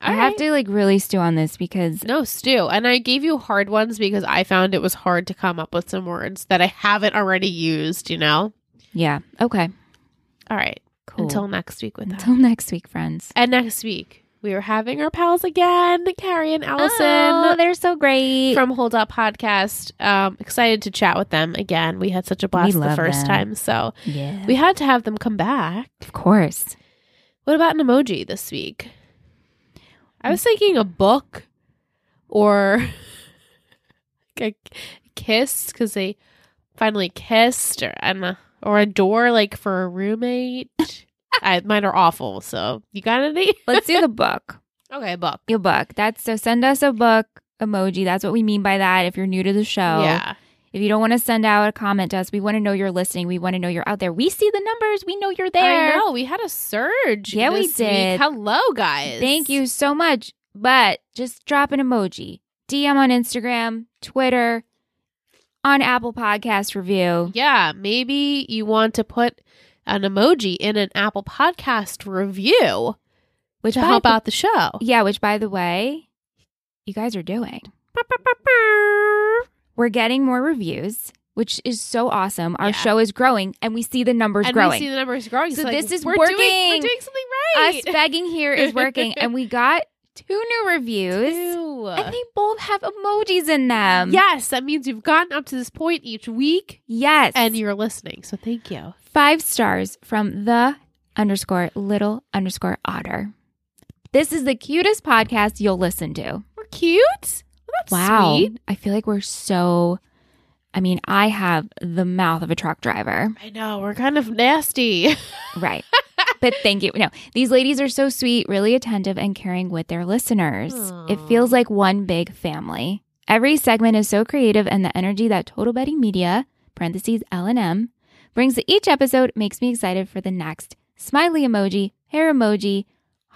S2: I
S1: All
S2: have
S1: right.
S2: to like really stew on this because
S1: No, Stu. And I gave you hard ones because I found it was hard to come up with some words that I haven't already used, you know?
S2: yeah. Okay.
S1: All right.
S2: Cool.
S1: Until next week with
S2: Until
S1: that.
S2: next week, friends.
S1: And next week, we are having our pals again, Carrie and
S2: Oh,
S1: Allison
S2: they're so great.
S1: from Hold Up Podcast. Um, excited to chat with them again. We had such a blast the
S2: love
S1: first
S2: them.
S1: time. So
S2: yeah.
S1: we had to have them come back.
S2: of course.
S1: What about an emoji this week? I was thinking a book or like a kiss because they finally kissed, or I don't know, or a door like for a roommate. I, mine are awful. So you got any?
S2: Let's do the book.
S1: Okay, book.
S2: Your book. That's so send us a book emoji. That's what we mean by that. If you're new to the show,
S1: Yeah,
S2: if you don't want to send out a comment to us, we want to know you're listening. We want to know you're out there. We see the numbers. We know you're there.
S1: I know we had a surge.
S2: Yeah, we
S1: this week.
S2: did.
S1: Hello, guys.
S2: Thank you so much. But just drop an emoji. DM on Instagram, Twitter, on Apple Podcast review.
S1: Yeah, maybe you want to put an emoji in an Apple Podcast review
S2: Which
S1: to
S2: by
S1: help
S2: the-
S1: out the show.
S2: Yeah, which by the way, you guys are doing. We're getting more reviews, which is so awesome. Our
S1: Yeah.
S2: show is growing and we see the numbers
S1: and
S2: growing.
S1: we see the numbers growing.
S2: So
S1: like,
S2: this is
S1: we're doing-
S2: working.
S1: we're doing something right.
S2: us begging here is working and we got two new reviews
S1: Ew.
S2: and they both have emojis in them
S1: yes, that means you've gotten up to this point each week,
S2: yes
S1: and you're listening. So thank you.
S2: five stars from the underscore little underscore otter this is the cutest podcast you'll listen to
S1: We're cute. Well, that's
S2: wow
S1: sweet.
S2: i feel like we're so i mean i have the mouth of a truck driver
S1: I know we're kind of nasty.
S2: right but thank you no these ladies are so sweet really attentive and caring with their listeners it
S1: Aw.
S2: feels like one big family every segment is so creative and the energy that total betting media parentheses l&m brings to each episode makes me excited for the next smiley emoji hair emoji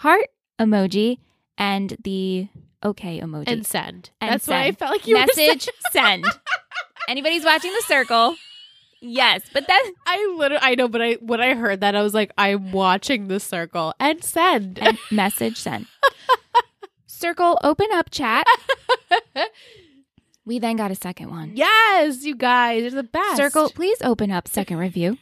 S2: heart emoji and the okay emoji
S1: and send.
S2: And
S1: that's why I
S2: send.
S1: felt like you were saying-
S2: message send anybody's watching the circle yes but that
S1: I literally, I know, but I when I heard that, I was like, I'm watching the circle and send.
S2: and message sent. Circle open up chat. We then got a second one.
S1: yes, you guys, you're the best.
S2: Circle, please open up second review.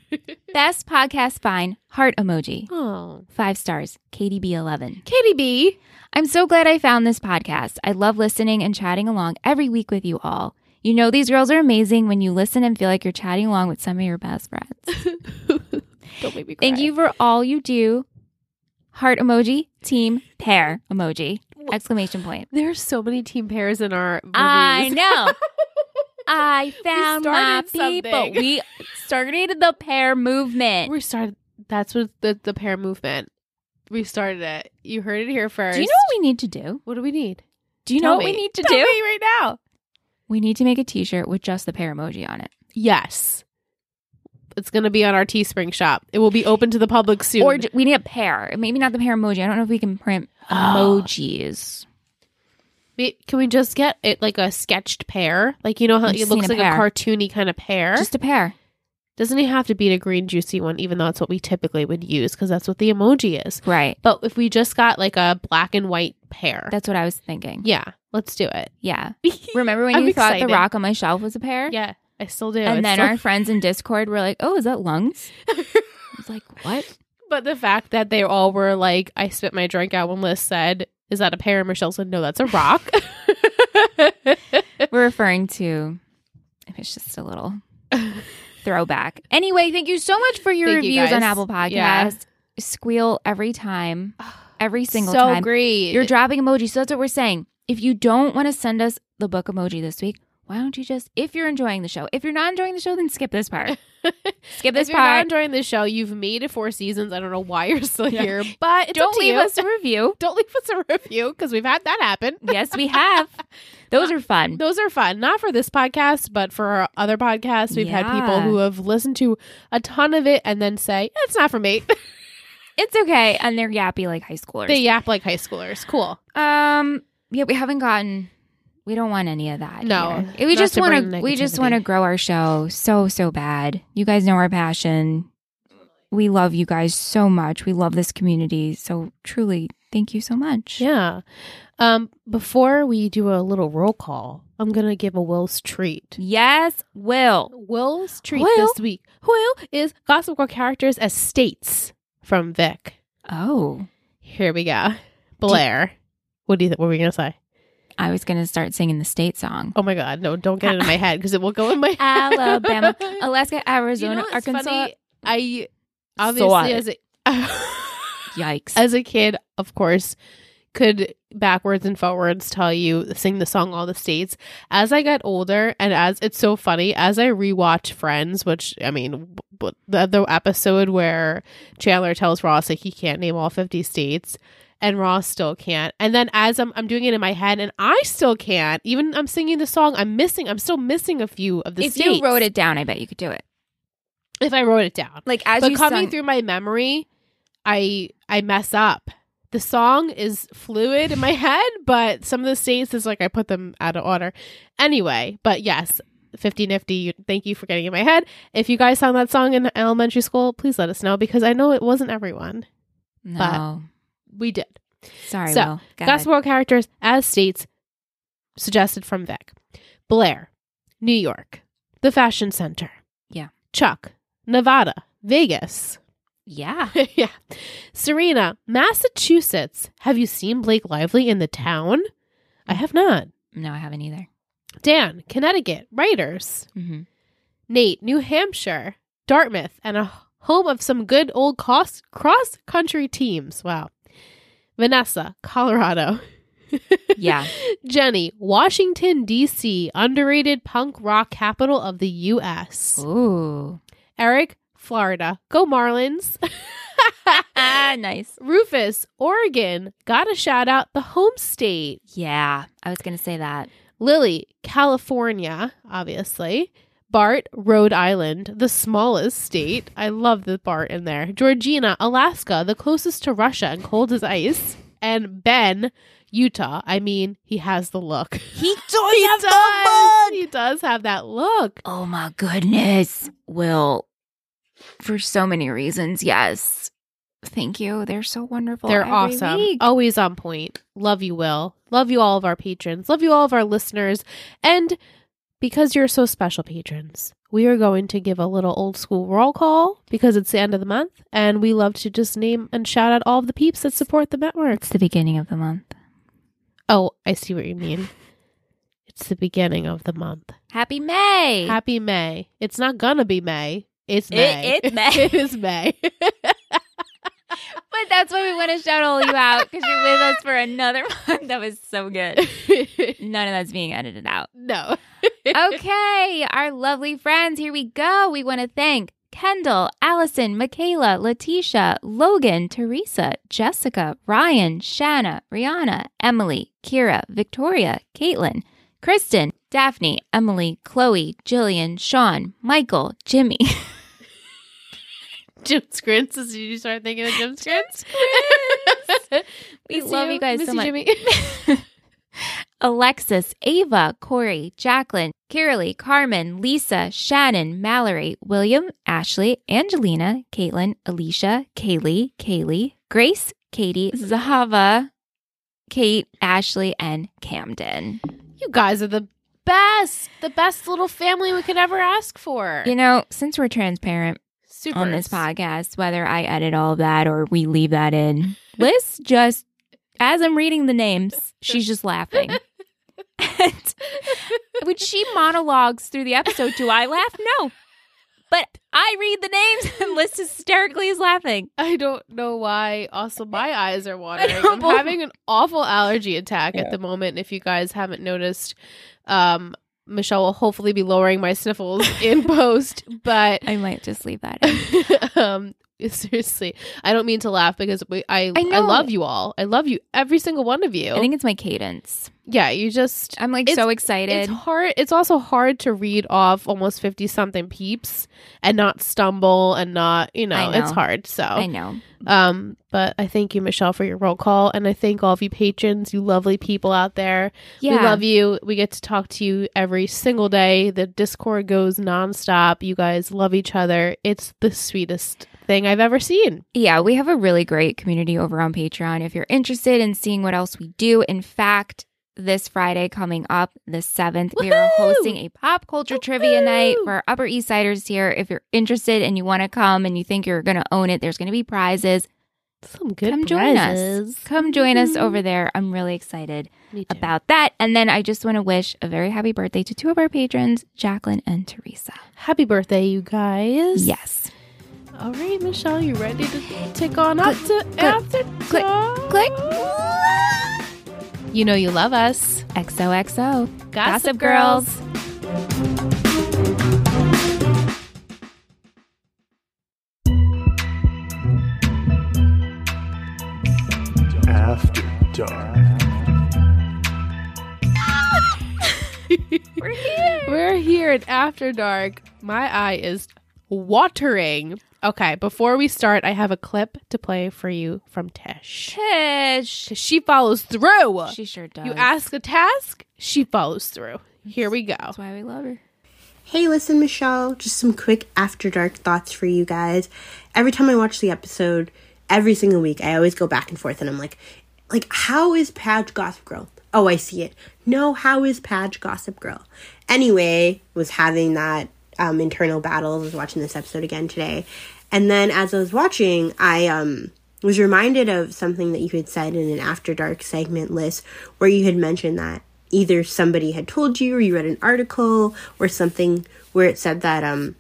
S2: Best podcast fine heart emoji.
S1: Oh,
S2: Five stars, KDB11.
S1: Katie B.
S2: I'm so glad I found this podcast. I love listening and chatting along every week with you all. You know, these girls are amazing when you listen and feel like you're chatting along with some of your best friends.
S1: Don't make me cry.
S2: Thank you for all you do. Heart emoji, team, pair emoji, exclamation point.
S1: There's so many team pairs in our reviews.
S2: I know. I found my
S1: started
S2: people.
S1: something.
S2: We started the pair movement.
S1: We started. That's what the the pair movement. We started it. You heard it here first.
S2: Do you know what we need to do?
S1: What do we need?
S2: Do you
S1: Tell
S2: know what we
S1: me.
S2: need to
S1: Tell
S2: do?
S1: me right now?
S2: We need to make a T-shirt with just the pair emoji on it,
S1: Yes. It's going to be on our Teespring shop. It will be open to the public soon.
S2: or j- we need a pair. Maybe not the pair emoji. I don't know if we can print emojis.
S1: May- can we just get it like a sketched pear? Like you know how
S2: I've
S1: it looks
S2: seen a
S1: like a
S2: pear.
S1: cartoony kind of pear.
S2: Just a pair.
S1: Doesn't it have to be a green juicy one? Even though it's what we typically would use because that's what the emoji is.
S2: Right.
S1: But if we just got like a black and white pear,
S2: That's what I was thinking.
S1: yeah, let's do it.
S2: Yeah. Remember when
S1: I'm
S2: you thought
S1: excited.
S2: the rock on my shelf was a pair?
S1: Yeah, I still do.
S2: And
S1: It's
S2: then
S1: still-
S2: our friends in Discord were like, "Oh, is that lungs?" I was like, "What?"
S1: but the fact that they all were like, "I spit my drink out," when Liz said, "Is that a pear?" and Michelle said, "No, that's a rock."
S2: We're referring to if it's just a little throwback. Anyway, thank you so much for your
S1: Thank you,
S2: reviews on
S1: guys.
S2: Apple Podcasts.
S1: Yeah.
S2: Squeal every time, every single
S1: so
S2: time.
S1: great.
S2: You're dropping emoji. So that's what we're saying. If you don't want to send us the book emoji this week, why don't you just, if you're enjoying the show, if you're not enjoying the show, then skip this part. Skip
S1: if
S2: this
S1: you're not
S2: part.
S1: enjoying the show, you've made it four seasons. I don't know why you're still
S2: Yeah.
S1: here, but it's up
S2: Don't
S1: to
S2: leave
S1: you.
S2: us a review.
S1: Don't leave us a review because we've had that happen.
S2: yes, we have. Those are fun.
S1: Those are fun. Not for this podcast, but for our other podcasts. We've had people
S2: Yeah.
S1: who have listened to a ton of it and then say, "Eh, it's not for me.
S2: It's okay. And they're yappy like high schoolers.
S1: they yap like high schoolers. Cool.
S2: Um. Yeah, we haven't gotten. We don't want any of that.
S1: No,
S2: here. we
S1: not
S2: just
S1: to
S2: want to.
S1: bring
S2: We just want to
S1: negativity.
S2: grow our show so so bad. You guys know our passion. We love you guys so much. We love this community so truly. Thank you so much.
S1: Yeah. Um, before we do a little roll call, I'm gonna give a Will's treat.
S2: Yes, Will.
S1: Will's treat
S2: Will?
S1: this week. Will is Gossip Girl characters as states from Vic.
S2: Oh,
S1: Here we go. Blair. What do you think? What were we gonna say?
S2: I was going to start singing the state song.
S1: Oh my god, no, don't get it in my head because it will go in my
S2: Alabama,
S1: You know
S2: Alaska, Arizona,
S1: what's
S2: Arkansas.
S1: funny? I
S2: Saw
S1: obviously
S2: it.
S1: as a
S2: Yikes.
S1: as a kid, of course, could backwards and forwards tell you sing the song all the states. As I got older, and as it's so funny, as I rewatch Friends, which I mean, w- w- the the episode where Chandler tells Ross that he can't name all fifty states. And Ross still can't. And then as I'm, I'm doing it in my head, and I still can't. Even I'm singing the song, I'm missing. I'm still missing a few of the
S2: if
S1: states.
S2: you wrote it down, I bet you could do it.
S1: if I wrote it down,
S2: Like as
S1: but
S2: you
S1: coming
S2: sung-
S1: through my memory, I I mess up. The song is fluid in my head, but some of the states is like I put them out of order. Anyway, but yes, fifty nifty. You, thank you for getting in my head. If you guys sang that song in elementary school, please let us know because I know it wasn't everyone.
S2: No,
S1: We did.
S2: sorry,
S1: So,
S2: Will. Go
S1: Gossip
S2: ahead.
S1: Girl characters as states suggested from Vic. Blair, New York, the Fashion Center.
S2: Yeah.
S1: Chuck, Nevada, Vegas.
S2: Yeah.
S1: yeah. Serena, Massachusetts. Have you seen Blake Lively in the town? I have not.
S2: No, I haven't either.
S1: Dan, Connecticut, writers.
S2: hmm
S1: Nate, New Hampshire, Dartmouth, and a home of some good old cross cross country teams. Wow. Vanessa, Colorado.
S2: Yeah.
S1: Jenny, Washington, D.C., underrated punk rock capital of the U.S.
S2: Ooh.
S1: Eric, Florida. Go Marlins.
S2: Ah, nice.
S1: Rufus, Oregon, got a shout out the home state.
S2: Yeah, I was going to say that.
S1: Lily, California, obviously. Bart, Rhode Island, the smallest state. I love the Bart in there. Georgina, Alaska, the closest to Russia and cold as ice. And Ben, Utah. I mean, he has the look.
S2: He does
S1: He
S2: have
S1: does. He does have that look.
S2: Oh my goodness. Will, for so many reasons, yes. Thank you. They're Oh, so wonderful.
S1: They're
S2: every
S1: awesome.
S2: week.
S1: Always on point. Love you, Will. Love you, all of our patrons. Love you, all of our listeners. And because you're so special, patrons, we are going to give a little old school roll call because it's the end of the month. And we love to just name and shout out all of the peeps that support the network.
S2: It's the beginning of the month.
S1: Oh, I see what you mean. It's the beginning of the month.
S2: Happy May.
S1: Happy May. It's not going to be May. It's
S2: It-
S1: May.
S2: it's May.
S1: it is May.
S2: but that's why we want to shout all you out because you're with us for another month. That was so good. None of that's being edited out.
S1: no.
S2: okay, our lovely friends, here we go. We want to thank Kendall, Allison, Michaela, Letitia, Logan, Teresa, Jessica, Ryan, Shanna, Rihanna, Emily, Kira, Victoria, Caitlin, Kristen, Daphne, Emily, Chloe, Jillian, Sean, Michael, Jimmy.
S1: Jim Scrins. Did you start thinking of Jim Scrins?
S2: We
S1: Miss
S2: love you guys
S1: Miss
S2: so much.
S1: Jimmy.
S2: Alexis, Ava, Corey, Jacqueline, Kiralee, Carmen, Lisa, Shannon, Mallory, William, Ashley, Angelina, Caitlin, Alicia, Kaylee, Kaylee, Grace, Katie, Zahava, Kate, Ashley, and Camden.
S1: you guys are the best. The best little family we could ever ask for.
S2: You know, since we're transparent
S1: Super.
S2: on this podcast, whether I edit all of that or we leave that in, Liz just, as I'm reading the names, she's just laughing. And when she monologues through the episode, do I laugh? No. But I read the names and Liz hysterically is laughing.
S1: I don't know why. Also, my eyes are watering.
S2: I know,
S1: I'm
S2: both-
S1: having an awful allergy attack at the moment. If you guys haven't noticed, um, Michelle will hopefully be lowering my sniffles in post, but
S2: I might just leave that in.
S1: um seriously i don't mean to laugh because we, I,
S2: I
S1: I
S2: know.
S1: love you all i love you every single one of you
S2: I think it's my cadence.
S1: yeah, you just
S2: I'm like
S1: It's-
S2: so excited.
S1: it's hard it's also hard to read off almost 50 something peeps and not stumble and not you know,
S2: I
S1: it's
S2: know.
S1: hard
S2: I
S1: so
S2: know.
S1: um but i thank you michelle for your roll call and i thank all of you patrons you lovely people out there
S2: Yeah.
S1: we love you we get to talk to you every single day the discord goes nonstop you guys love each other it's the sweetest thing i've ever seen
S2: Yeah, we have a really great community over on Patreon. If you're interested in seeing what else we do, in fact, this Friday coming up, the 7th, we are
S1: Woohoo!
S2: hosting a pop culture trivia
S1: Woohoo!
S2: night for our Upper East Siders here. If you're interested and you want to come and you think you're going to own it, there's going to be prizes.
S1: some good
S2: come join
S1: prizes.
S2: us. Come join us
S1: Mhm.
S2: over there. I'm really excited
S1: Me too.
S2: about that. And then I just want to wish a very happy birthday to two of our patrons, Jacqueline and Teresa.
S1: happy birthday you guys
S2: Yes.
S1: All right, Michelle, you ready to tick on up to after
S2: click, click.
S1: You know you love us.
S2: XOXO.
S1: Gossip,
S2: Gossip
S1: Girls.
S2: Girls.
S4: After dark.
S2: We're here.
S1: We're here at After Dark. My eye is watering. Okay, before we start, I have a clip to play for you from Tish.
S2: Tish.
S1: 'Cause she follows through.
S2: She sure does.
S1: you ask a task, she follows through. Here we go.
S2: That's why we love her.
S3: Hey, listen, Michelle, just some quick after dark thoughts for you guys. Every time I watch the episode, every single week, I always go back and forth and I'm like, like, how is Padge Gossip Girl? Oh, I see it. No, how is Padge Gossip Girl? Anyway, was having that um, internal battle, was watching this episode again today. And then as I was watching, I um, was reminded of something that you had said in an after dark segment list where you had mentioned that either somebody had told you or you read an article or something where it said that um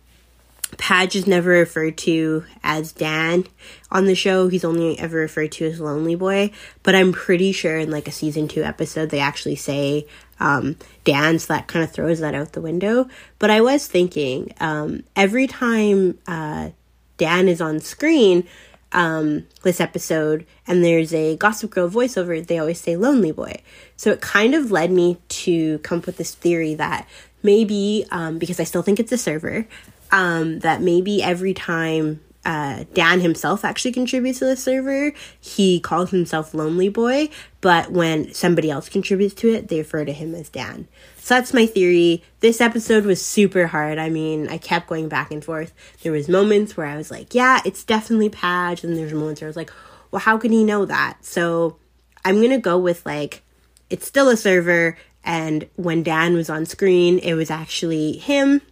S3: Padge is never referred to as Dan on the show. He's only ever referred to as Lonely Boy. But I'm pretty sure in like a season two episode they actually say um, Dan, so that kind of throws that out the window. But I was thinking um, every time uh, Dan is on screen um, this episode, and there's a Gossip Girl voiceover, they always say Lonely Boy. So it kind of led me to come up with this theory that maybe, um, because I still think it's a server, um, that maybe every time uh, Dan himself actually contributes to the server, he calls himself Lonely Boy, but when somebody else contributes to it, they refer to him as Dan. So that's my theory. This episode was super hard. I mean, I kept going back and forth. There was moments where I was like, yeah, it's definitely Padge, and there's moments where I was like, well, how can he know that? So I'm gonna go with like it's still a server, and when Dan was on screen, it was actually him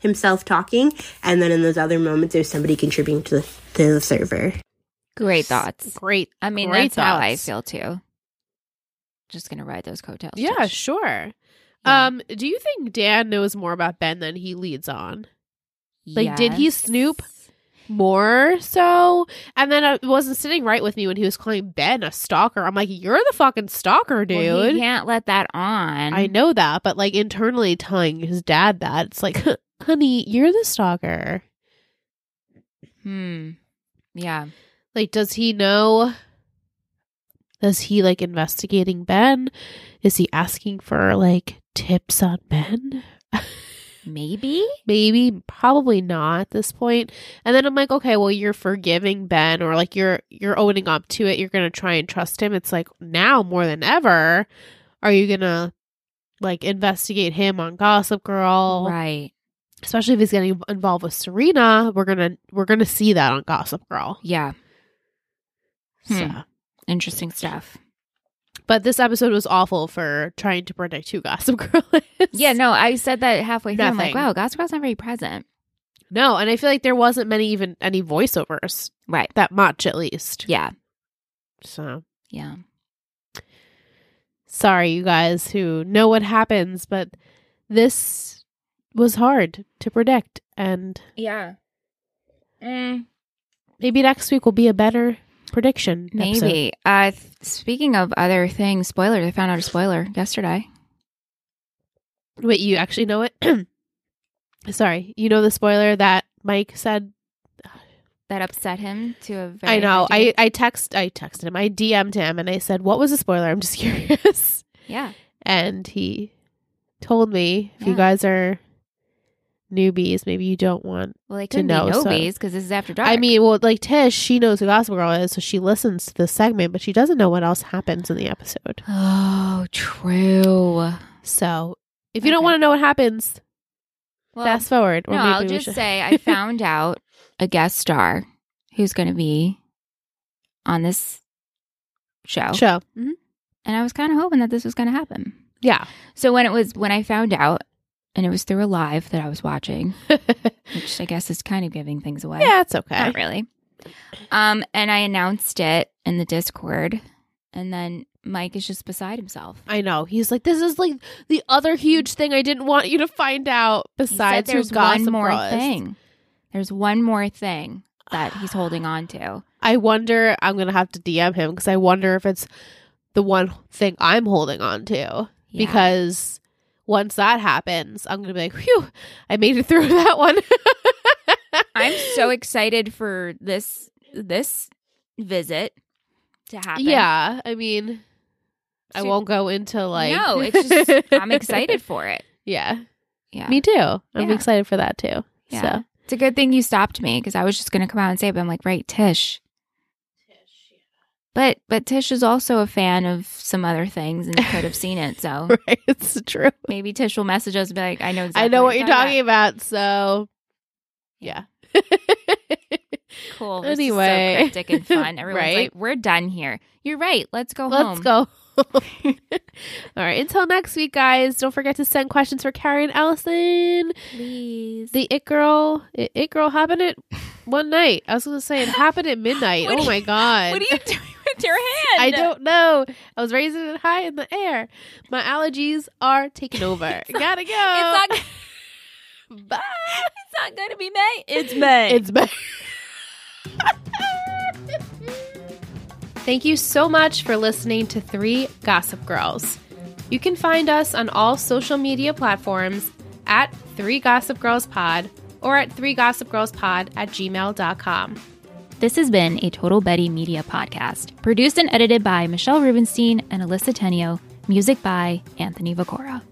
S3: himself talking, and then in those other moments, there's somebody contributing to the, to the server.
S2: Great thoughts.
S1: Great.
S2: I mean,
S1: great
S2: that's how I
S1: thoughts.
S2: feel too. Just gonna ride those coattails.
S1: Yeah,
S2: Tish.
S1: sure.
S2: Yeah.
S1: Um, do you think Dan knows more about Ben than he leads on? like, did he
S2: Yes.
S1: snoop? More so, and then it wasn't sitting right with me when he was calling Ben a stalker. I'm like, you're the fucking stalker, dude.
S2: Well, he can't let that on.
S1: I know that, but like internally telling his dad that it's like, honey, you're the stalker.
S2: Hmm. Yeah.
S1: Like, does he know? Is he like investigating Ben? Is he asking for like tips on Ben?
S2: Maybe.
S1: maybe probably not at this point and then i'm like okay well you're forgiving ben or like you're you're owning up to it you're gonna try and trust him it's like now more than ever are you gonna like investigate him on gossip girl
S2: Right.
S1: especially if he's getting involved with serena we're gonna we're gonna see that on gossip girl
S2: Yeah.
S1: so
S2: Hmm. Interesting stuff.
S1: but this episode was awful for trying to predict who gossip girl is
S2: Yeah. No, I said that halfway through. I'm like,
S1: Nothing.
S2: wow, Gossip Girl's not very present.
S1: no and i feel like there wasn't many even any voiceovers
S2: Right.
S1: that much at least
S2: Yeah.
S1: so
S2: Yeah.
S1: sorry you guys who know what happens but this was hard to predict and
S2: Yeah. Mm.
S1: maybe next week will be a better prediction episode.
S2: Maybe. Uh, th- speaking of other things, spoilers. I found out a spoiler yesterday.
S1: wait you actually know it sorry you know the spoiler that mike said
S2: That upset him to a very.
S1: i know
S2: high
S1: i
S2: degree.
S1: i text i texted him i dm'd him and i said what was the spoiler i'm just curious
S2: yeah.
S1: and he told me if you
S2: Yeah.
S1: guys are newbies, maybe you don't want.
S2: Well, they
S1: To
S2: couldn't be
S1: know, so-
S2: nobies because this is after dark.
S1: I mean, well, like Tish, she knows who Gossip Girl is, so she listens to this segment, but she doesn't know what else happens in the episode.
S2: oh, true. Well,
S1: So if you don't
S2: Okay.
S1: want to know what happens, fast forward.
S2: no, I'll
S1: maybe we
S2: just
S1: should-
S2: say I found out a guest star who's going to be on this show,
S1: show.
S2: and I was kind of hoping that this was going to happen.
S1: Yeah.
S2: So when it was when I found out, and it was through a live that I was watching,
S1: yeah,
S2: which I guess is kind of giving things away.
S1: it's okay.
S2: Not really. Um, and I announced it in the Discord, and then Mike is just beside himself.
S1: I know. He's like, this is like the other huge thing I didn't want you to find out
S2: He said
S1: besides who
S2: there's
S1: Gossip
S2: one more
S1: Girl is.
S2: thing. There's one more thing that he's holding on to.
S1: I wonder. I'm gonna have to DM him because I wonder if it's the one thing I'm holding on to.
S2: Yeah.
S1: Because once that happens, I'm gonna be like, "Phew, I made it through that one."
S2: I'm so excited for this this visit to happen.
S1: yeah. I mean, I
S2: So-
S1: won't go into like.
S2: no, it's just I'm excited for it.
S1: Yeah,
S2: Yeah,
S1: me too. I'm
S2: Yeah.
S1: excited for that too.
S2: yeah.
S1: So
S2: It's a good thing you stopped me because I was just going to come out and say, it, but I'm like, right, Tish. But but Tish is also a fan of some other things and could have seen it. So
S1: right, it's true.
S2: maybe Tish will message us and be like, I know exactly
S1: I know what you're talking about. so, yeah.
S2: about. Cool. This is so
S1: Anyway.
S2: cryptic and fun. Everyone's
S1: Right?
S2: like, we're done here. You're right. Let's go home.
S1: Let's go. All right. Until next week, guys. Don't forget to send questions for Carrie and Allison.
S2: Please.
S1: The it girl, it, it girl happened at one night. I was gonna say it happened at midnight.
S2: What
S1: oh
S2: do
S1: my god.
S2: What are you doing with your hand?
S1: I don't know. I was raising it high in the air. My allergies are taking over. Gotta go.
S2: It's not. Bye. It's not going to be May. It's May.
S1: It's back. Thank you so much for listening to Three Gossip Girls. You can find us on all social media platforms at Three Gossip Girls Pod or at Three Gossip Girls Pod at gmail.com.
S2: This has been a Total Betty Media podcast, produced and edited by Michelle Rubenstein and Alyssa Tenio, music by Anthony Vacora.